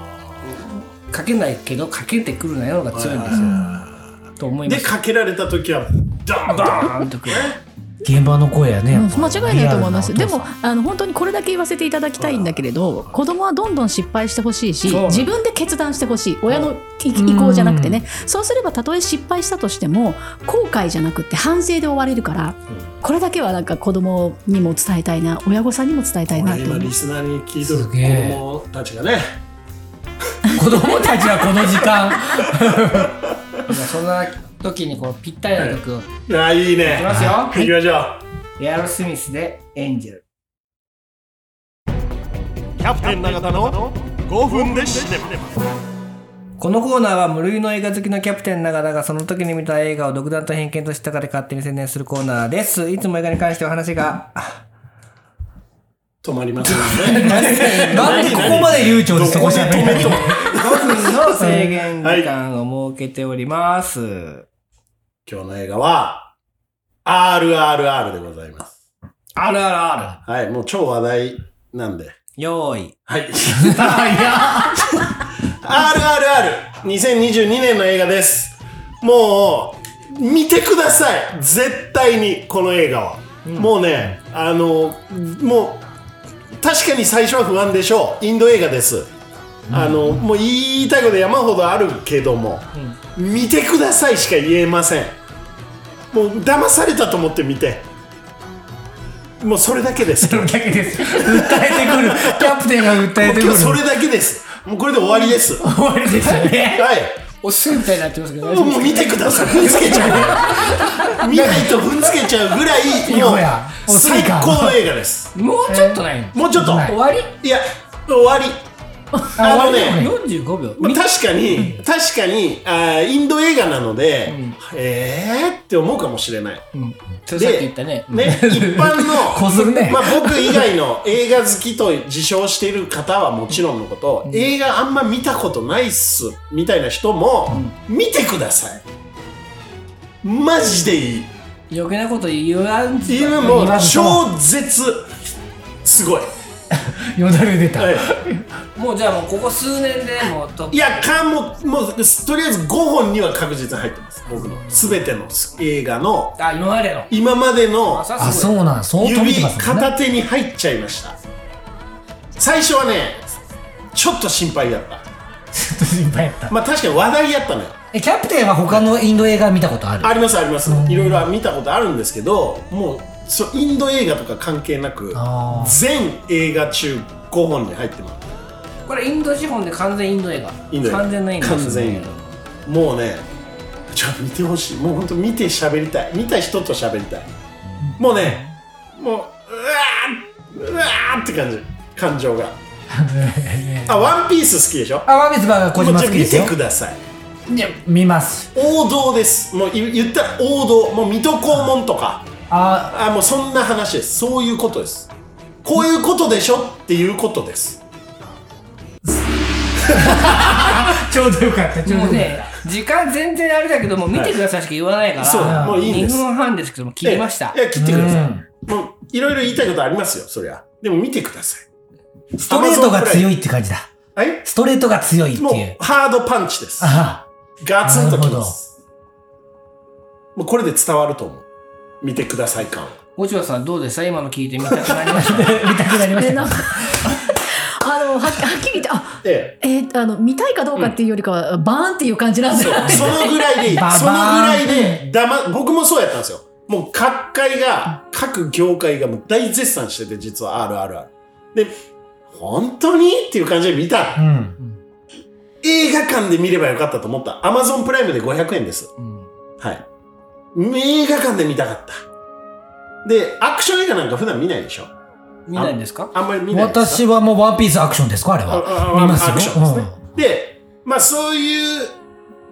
S3: かけないけどかけてくるなよの方が強いんですよと思いま
S1: ですかけられた時はダンダ
S3: バ
S1: ン
S3: ーンとくる
S4: 現場の声やね。
S5: うん間違いないと思います。
S4: リ
S5: で
S4: アルなお
S5: も
S4: 父さん、
S5: あの本当にこれだけ言わせていただきたいんだけれど、子供はどんどん失敗してほしいし
S3: そう、
S5: 自分で決断してほしい。親のい意向じゃなくてね。そうすればたとえ失敗したとしても、後悔じゃなくて反省で終われるから、これだけはなんか子供にも伝えたいな、親御さんにも伝えたい
S1: こ
S5: な
S1: れ
S5: と
S1: 今
S5: 思
S1: リ
S5: う。
S1: スナーに聞いとる
S4: す
S1: 子
S4: げえ
S1: 供たちがね
S4: 子供たちはこの時間。
S3: まあそんな時にこうぴったりな曲をい
S1: いやいいね
S3: きますよ、
S1: 行きましょう
S3: エアロスミスで「エンジェル
S1: キャプテン永田の5分で知ってます」
S3: このコーナーは無類の映画好きのキャプテン長田がその時に見た映画を独断と偏見としたかで勝手に宣伝するコーナーですいつも映画に関してお話が
S1: 止まりますので
S4: なんでここまで流暢にそこしゃべるの
S3: 5分の制限時間を設けております、
S1: 今日の映画は RRR でございます
S3: あるあるある
S1: はいもう超話題なんで
S3: 用意
S1: はい RRR2022 年の映画ですもう見てください絶対にこの映画は、もうねあのもう確かに最初は不安でしょうインド映画です、あのもう言いたいこと山ほどあるけども、見てくださいしか言えませんもう騙されたと思って見てもうそれだけです
S4: それだけです。訴えてくる。キャプテンが訴えてく
S1: 今
S4: る。
S1: 日それだけですもうこれで終わりですは
S4: 終わりですよね。
S1: い
S3: おすすめみたいになってますけど大丈夫で
S1: もう見てください踏んづけちゃう見ないと踏んづけちゃうぐらい
S4: いい子や
S1: もう最高の映画です
S3: すもうちょっとないの
S1: もうちょっと
S4: はい
S3: 終わり
S1: いや終わりあのね
S3: 45秒。
S1: まあ、確かに、確かにあー、インド映画なので、
S3: うん
S1: えーって思うかもしれない。
S3: うん。それさっき言ったね。
S1: ね、 一般の、
S4: こするね
S1: まあ、僕以外の映画好きと自称している方はもちろんのこと、映画あんま見たことないっすみたいな人も、見てくださいマジでいい
S3: 余計なこと言わんず
S1: 今もう
S4: 今の
S1: 超絶す ごい、
S4: よだれ出た。
S1: はい
S3: もうじゃあもうここ数年でもうトップ
S1: いやかもうもうとりあえず5本には確実に入ってます僕の全ての映画の
S3: あ今までの
S1: 今までの
S3: あさ
S4: あ、
S3: す
S4: そ
S3: ごいう
S4: なん、そう飛び
S1: 指
S4: てますもんね。
S1: 片手に入っちゃいました最初はねちょっと心配だった
S4: ちょっと心配やった。
S1: まあ確かに話題やったのよ
S4: え、キャプテンは他のインド映画見たことある
S1: ありますありますいろいろ見たことあるんですけどもうそうインド映画とか関係なく
S4: あー
S1: 全映画中5本に入ってます
S3: これインド資本で完全インド映画
S1: インド映画
S3: 完全なインド
S1: 完全インドもうねちょっと見てほしいもうほんと見て喋りたい見た人と喋りたいもうねもううわーうわーって感じ感情 があワンピース好きでしょ
S4: あ、ワービスバーが小
S1: もう
S4: 島
S1: ちょっ
S4: 好
S1: と
S4: きで
S1: 見
S4: す
S1: て
S4: よ。
S1: ください
S4: いや見ます。
S1: 王道ですもう言言ったら王道もう水戸黄門とか
S4: あ、
S1: あもうそんな話ですそういうことですこういうことでしょっていうことです
S4: ちょうどよかった、ちょうど
S3: も
S4: よかっ
S3: うね時間全然あれだけどもう見てくださいしか言わないから、
S1: そうもういいんです
S3: 2分半ですけども切りました
S1: いや切ってください、
S4: うん
S1: もういろいろ言いたいことありますよそりゃでも見てくださ
S4: た。ストレートが強いって感じだ。
S1: いはい
S4: ストレートが強いって
S1: も
S4: いう
S1: う。ハードパンチです
S4: あ
S1: ガツンときますもうこれで伝わると思う見てください感
S3: 落合さんどうでした今の聞いてみたくなりました
S4: あ、見たくなりまし
S5: え
S4: た
S5: なん
S4: か
S5: か あのははっきり言って あ
S1: ええ
S5: えーあの見たいかどうかっていうよりかは、バーンっていう感じなんだよね
S1: そのぐらいでいい
S4: ババーン
S1: そのぐらいで黙僕もそうやったんですよもう各界が各業界がもう大絶賛してて実は RRR で本当にっていう感じで見た、
S4: うん。
S1: 映画館で見ればよかったと思った。アマゾンプライムで500円です。はい。映画館で見たかった。で、アクション映画なんか普段見ないでしょ
S3: 見ないんですか
S1: あんまり見ないです
S4: 私はもうワンピースアクションですかあれ
S1: あああ
S4: は。見ますよ。
S1: アクションですね
S4: うん
S1: で、まあそういう、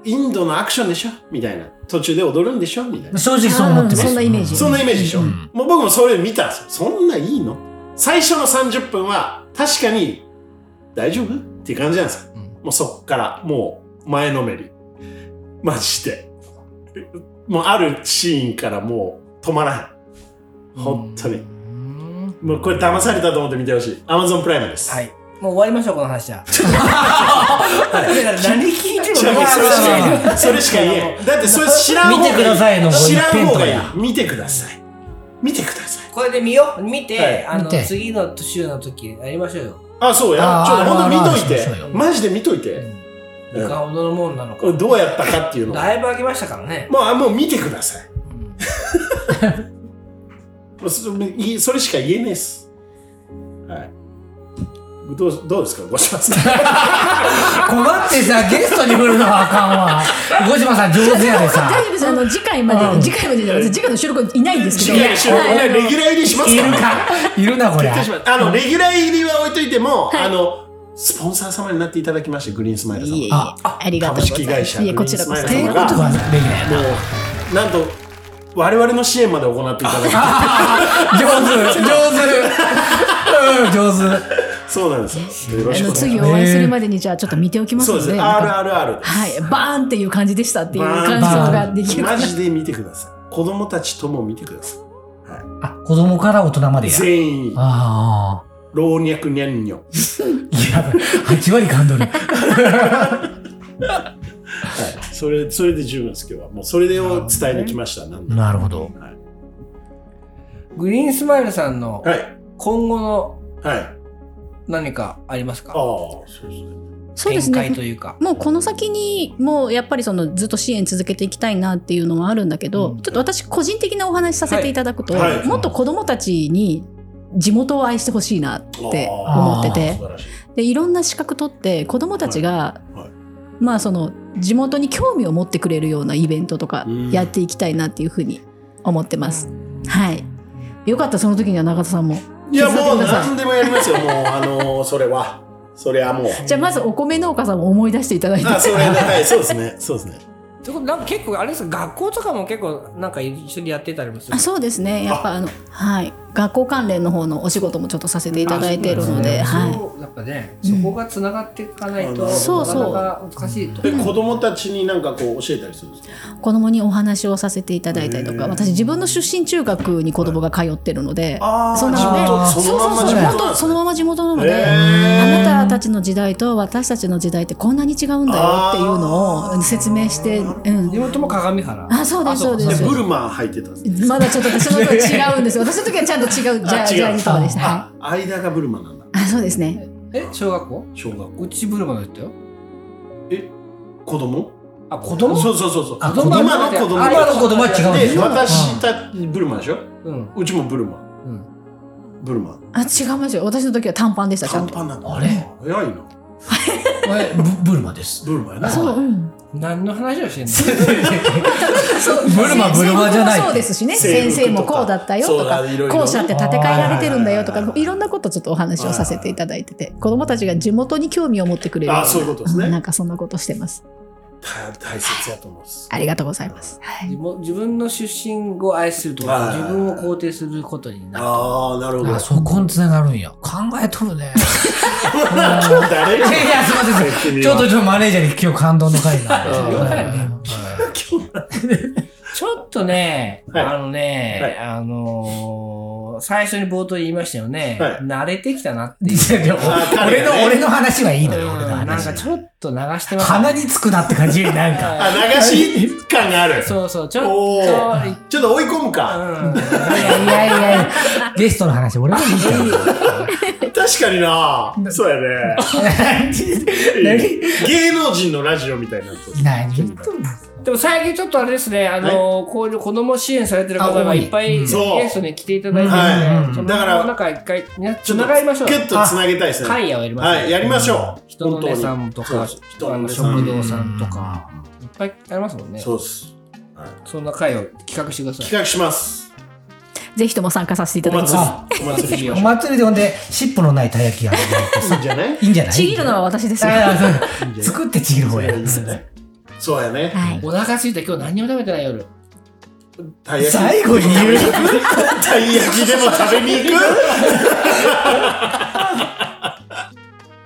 S1: インドのアクションでしょみたいな。途中で踊るんでしょみたいな。
S4: 正直そう思ってます。
S5: あーそんなイメージ
S1: そんなイメージでしょ、
S4: うん
S1: もう僕もそれ見たんですよ。そんないいの最初の30分は確かに大丈夫っていう感じなんですよ。
S3: うん
S1: もうそっからもう前のめり。マジで。もうあるシーンからもう止まらん。本当に。
S3: うん
S1: もうこれ騙されたと思って見てほしい。Amazon プライムです。
S3: はいもう終わりましょうこの話 じゃだから何聞いても
S1: じゃあもうそれしか言えんそれしか言えんだってそれ知らん方がいい
S4: 見てくださいの
S1: 知らん方がいい
S4: 一辺倒
S1: 見てください見てください
S3: これで見よう見て、
S1: はい
S3: あの
S4: 見て
S3: 次の週の時やりましょうよ
S1: あそうや
S4: あー
S1: ちょっとほんと見とい
S4: ある
S1: て
S4: あるあるそうよ
S1: マジで見といて
S3: いかほどのもんなのか、
S1: うんどうやったかっていうのを
S3: だいぶ空きましたからね、
S1: もうあもう見てくださ い
S3: うん
S1: もうそいそれしか言えないですはいどうどうですかご島さん
S4: 困ってさ、ゲストに振るのはあかんわ。小島さん上手やでさ
S5: 大。丈夫ですあの次回まで、
S4: うん
S5: 次回までじゃないです次回の収録いないんですけど
S1: 次回の収録
S5: はい
S1: レギュラー入りします
S4: い
S1: から
S4: るか。いるな、これ。
S1: 決定しますあのレギュラー入りは置いといても、あのスポンサー様になっていただきましてグリーンスマイル様
S5: いえいえ
S4: あ
S5: ありがとうございます
S1: 株式会社
S5: いえこちらこそ
S1: グ
S4: と
S1: リーンスマイル様
S4: いう
S1: が
S4: ことはできない
S1: もうなんと我々の支援まで行っていただいて
S4: な。上手、上手。うん、上手。
S1: そうなんですよよろ
S5: あ
S1: しくお
S5: の
S1: 願いし
S5: 次お会いするまでにじゃあちょっと見ておき
S1: ま
S5: ますす
S1: そう
S5: の
S1: で
S5: です
S1: ね
S5: なんか
S1: RRR です
S5: はいバーンっていう感じでしたっていう感
S4: バー
S5: 想
S4: ン
S5: ができる
S1: マジで見てください子供たちとも見てくださ
S4: あ、子供から大人まで
S1: い
S4: や。
S1: 全員
S4: ああ。
S1: 老若にゃんにょ
S4: いや、8割感動る。
S1: はい、それそれで十分です今日はもうそれを伝えに来ましたなんで
S4: なるほど。
S1: はい
S3: グリーンスマイルさんの
S1: はい、
S3: 今後の
S1: はい、
S3: 何かあります
S1: ああ
S3: か
S1: そうですね
S5: そうです
S3: 展
S5: ね
S3: 開というか
S5: もうこの先にもうやっぱりそのずっと支援続けていきたいなっていうのはあるんだけど、
S3: うん
S5: ちょっと私個人的なお話しさせていただくと、
S1: はいはい
S5: もっと子どもたちに地元を愛してほしいなって思って
S1: ああ
S5: て
S1: 素晴らしい
S5: でいろんな資格取って子どもたちが、
S1: はいはい
S5: まあその地元に興味を持ってくれるようなイベントとか
S1: うん
S5: やっていきたいなっていうふうに思ってます。はいよかったその時には永田さんも
S1: いや
S5: 手伝
S1: も
S5: っ
S1: う
S5: てください
S1: 何でもやりますよもうあのそれはそりゃ もう。
S5: じゃあまずお米農家さんを思い出していただいて
S1: あ、それね、はい、そうですね、そうですね。
S3: ということなんか結構あれですか学校とかも結構なんか一緒にやってたりもする
S5: あそうですねやっぱあのはい学校関連の方のお仕事もちょっとさせていただいているので
S3: あ
S5: はい
S3: そうなんですねそうやっぱね、
S5: うん
S3: そこがつながっていかないと、
S1: うん
S5: そうそう
S3: なかなか難しいと
S1: で、子供たちになんかこう教えたりするんですか
S5: 子供にお話をさせていただいたりと
S1: へ
S5: か
S1: ー
S5: 私自分の出身中学に子供が通ってるので
S1: あー
S5: そうなので
S4: 地元
S5: そうそうそう
S4: そのまんま地元
S5: 本当そのまま地元なの
S1: へ
S5: で
S1: ー
S5: あなたたちの時代と私たちの時代ってこんなに違うんだよっていうのを説明して、うん、
S3: 地元も鏡原
S5: あそうですそうです
S1: で、ブルマー入ってたんですね。
S5: まだちょっと私の時は違うんですよ。私の時はちゃんと違うジャ
S1: あ
S5: ジャージとかでした。は
S1: あ、間がブルマなんだ。
S5: い。あ、そうですね。
S3: え小学校
S1: 小学校。
S3: うちブルマの人よ
S1: え、子供
S3: あ子供
S1: そうそうそうそう。
S4: あ
S1: 今の子供
S3: あ
S4: 今の子供は違うん
S1: で、私たブルマでしょ
S3: うん
S1: うちもブルマ。
S3: うん
S1: ブルマ。
S5: あ、違いますよ。私の時は短パンでした。ちゃ
S1: 短
S5: んと。
S1: パンなんだ。
S4: あれ
S1: 早いな。
S4: えブブルマです
S1: ブルマやな。
S5: そう、うん。
S3: 何の話をしてんの
S4: ブルマブルマじゃない
S5: 制服もそうですしね。
S1: 制
S5: 先
S1: 服とか
S5: 生もこうだったよとか
S1: そうだいろい、ろ
S5: 校舎って建て替えられてるんだよと
S1: あーはいはい
S5: か、
S1: はい
S5: いろんなことちょっとお話をさせていただいてて、子供たちが地元に興味を持ってくれるような。
S1: あそういうことですね
S5: んなんかそんなことしてます。
S1: た大切やと思うんです。
S5: ありがとうございます。はい
S3: 自分自分の出身を愛するとか
S1: はい
S3: 自分を肯定することになる
S1: ああ、なるほど
S4: あ。そこにつながるんや考えとるね
S1: 誰
S4: い
S1: が
S4: や いやすいませんすいません ちょっとちょっとマネージャーに今日感動の回なんですよ
S3: うん
S4: はい
S3: ちょっとね、
S1: はい
S3: あのね、
S1: はい
S3: あのー最初に冒頭で言いましたよね、
S1: はい
S3: 慣れてきたなってい
S4: いや
S3: う。
S4: でも俺の俺の話はいいのよ俺の
S3: なん
S4: 話
S3: かちょっと流してます、
S4: 鼻につくなって感じなんか
S1: あ、流し感がある。
S3: そうそう、ちょっ
S1: おお
S3: と、い
S1: ちょっと追い込むか。
S3: うん。
S4: いやいやいやいやゲストの話俺もいいじゃん
S1: 確かにな。そうやね。 芸能人のラジオみたいになってる
S4: 何言っとんの
S3: でも最近ちょっとあれですね、あのーこういう子供支援されてる方
S4: あ多
S3: が
S4: い
S3: いっぱいゲ
S1: そう
S3: ストに来ていただいて
S1: はい
S3: るんで、
S1: だから
S3: なんか一回、ね、つながりましょう
S1: ギ
S3: よ
S1: ュ。ッとつなげたいですね。
S3: 会やをやりましょうよ。
S1: はい、やりましょう。
S3: 人の値さ
S1: 本
S3: んと
S1: そう
S3: か、
S1: 人の
S3: あの
S1: 値さん
S3: 食堂さんとか、いっぱいありますもん
S1: 当
S3: ね
S1: に。。そうです。はい
S3: そんな会を企画してください。
S1: 企画します。
S5: ぜひとも参加させてい
S1: お
S5: ただき
S1: 祭
S5: ま
S1: り。お祭
S5: す。
S1: りしま
S4: お
S1: しょ
S4: 祭りでほんで尻尾のないたい焼きやる
S1: う。いいんじゃない
S4: いいんじゃない
S5: ちぎるのは私ですよ。
S4: ああそう
S1: いいんじゃない
S4: 作ってちぎる方 や
S1: いいんじゃないそうやね。
S5: はい。
S3: お腹すいた今日何にも食べてない夜。
S1: たい焼き。
S4: 最後に言う
S1: たい焼きでも食べに行く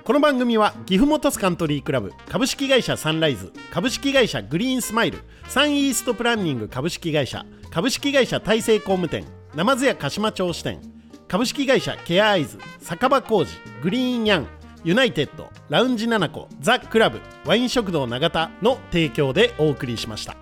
S1: この番組は岐阜本スカントリークラブ株式会社サンライズ株式会社グリーンスマイルサンイーストプランニング株式会社株式会社大成工務店ナ津屋鹿島町支店株式会社ケアアイズ酒場工事グリーンヤンユナイテッドラウンジナナコザ・クラブワイン食堂永田の提供でお送りしました。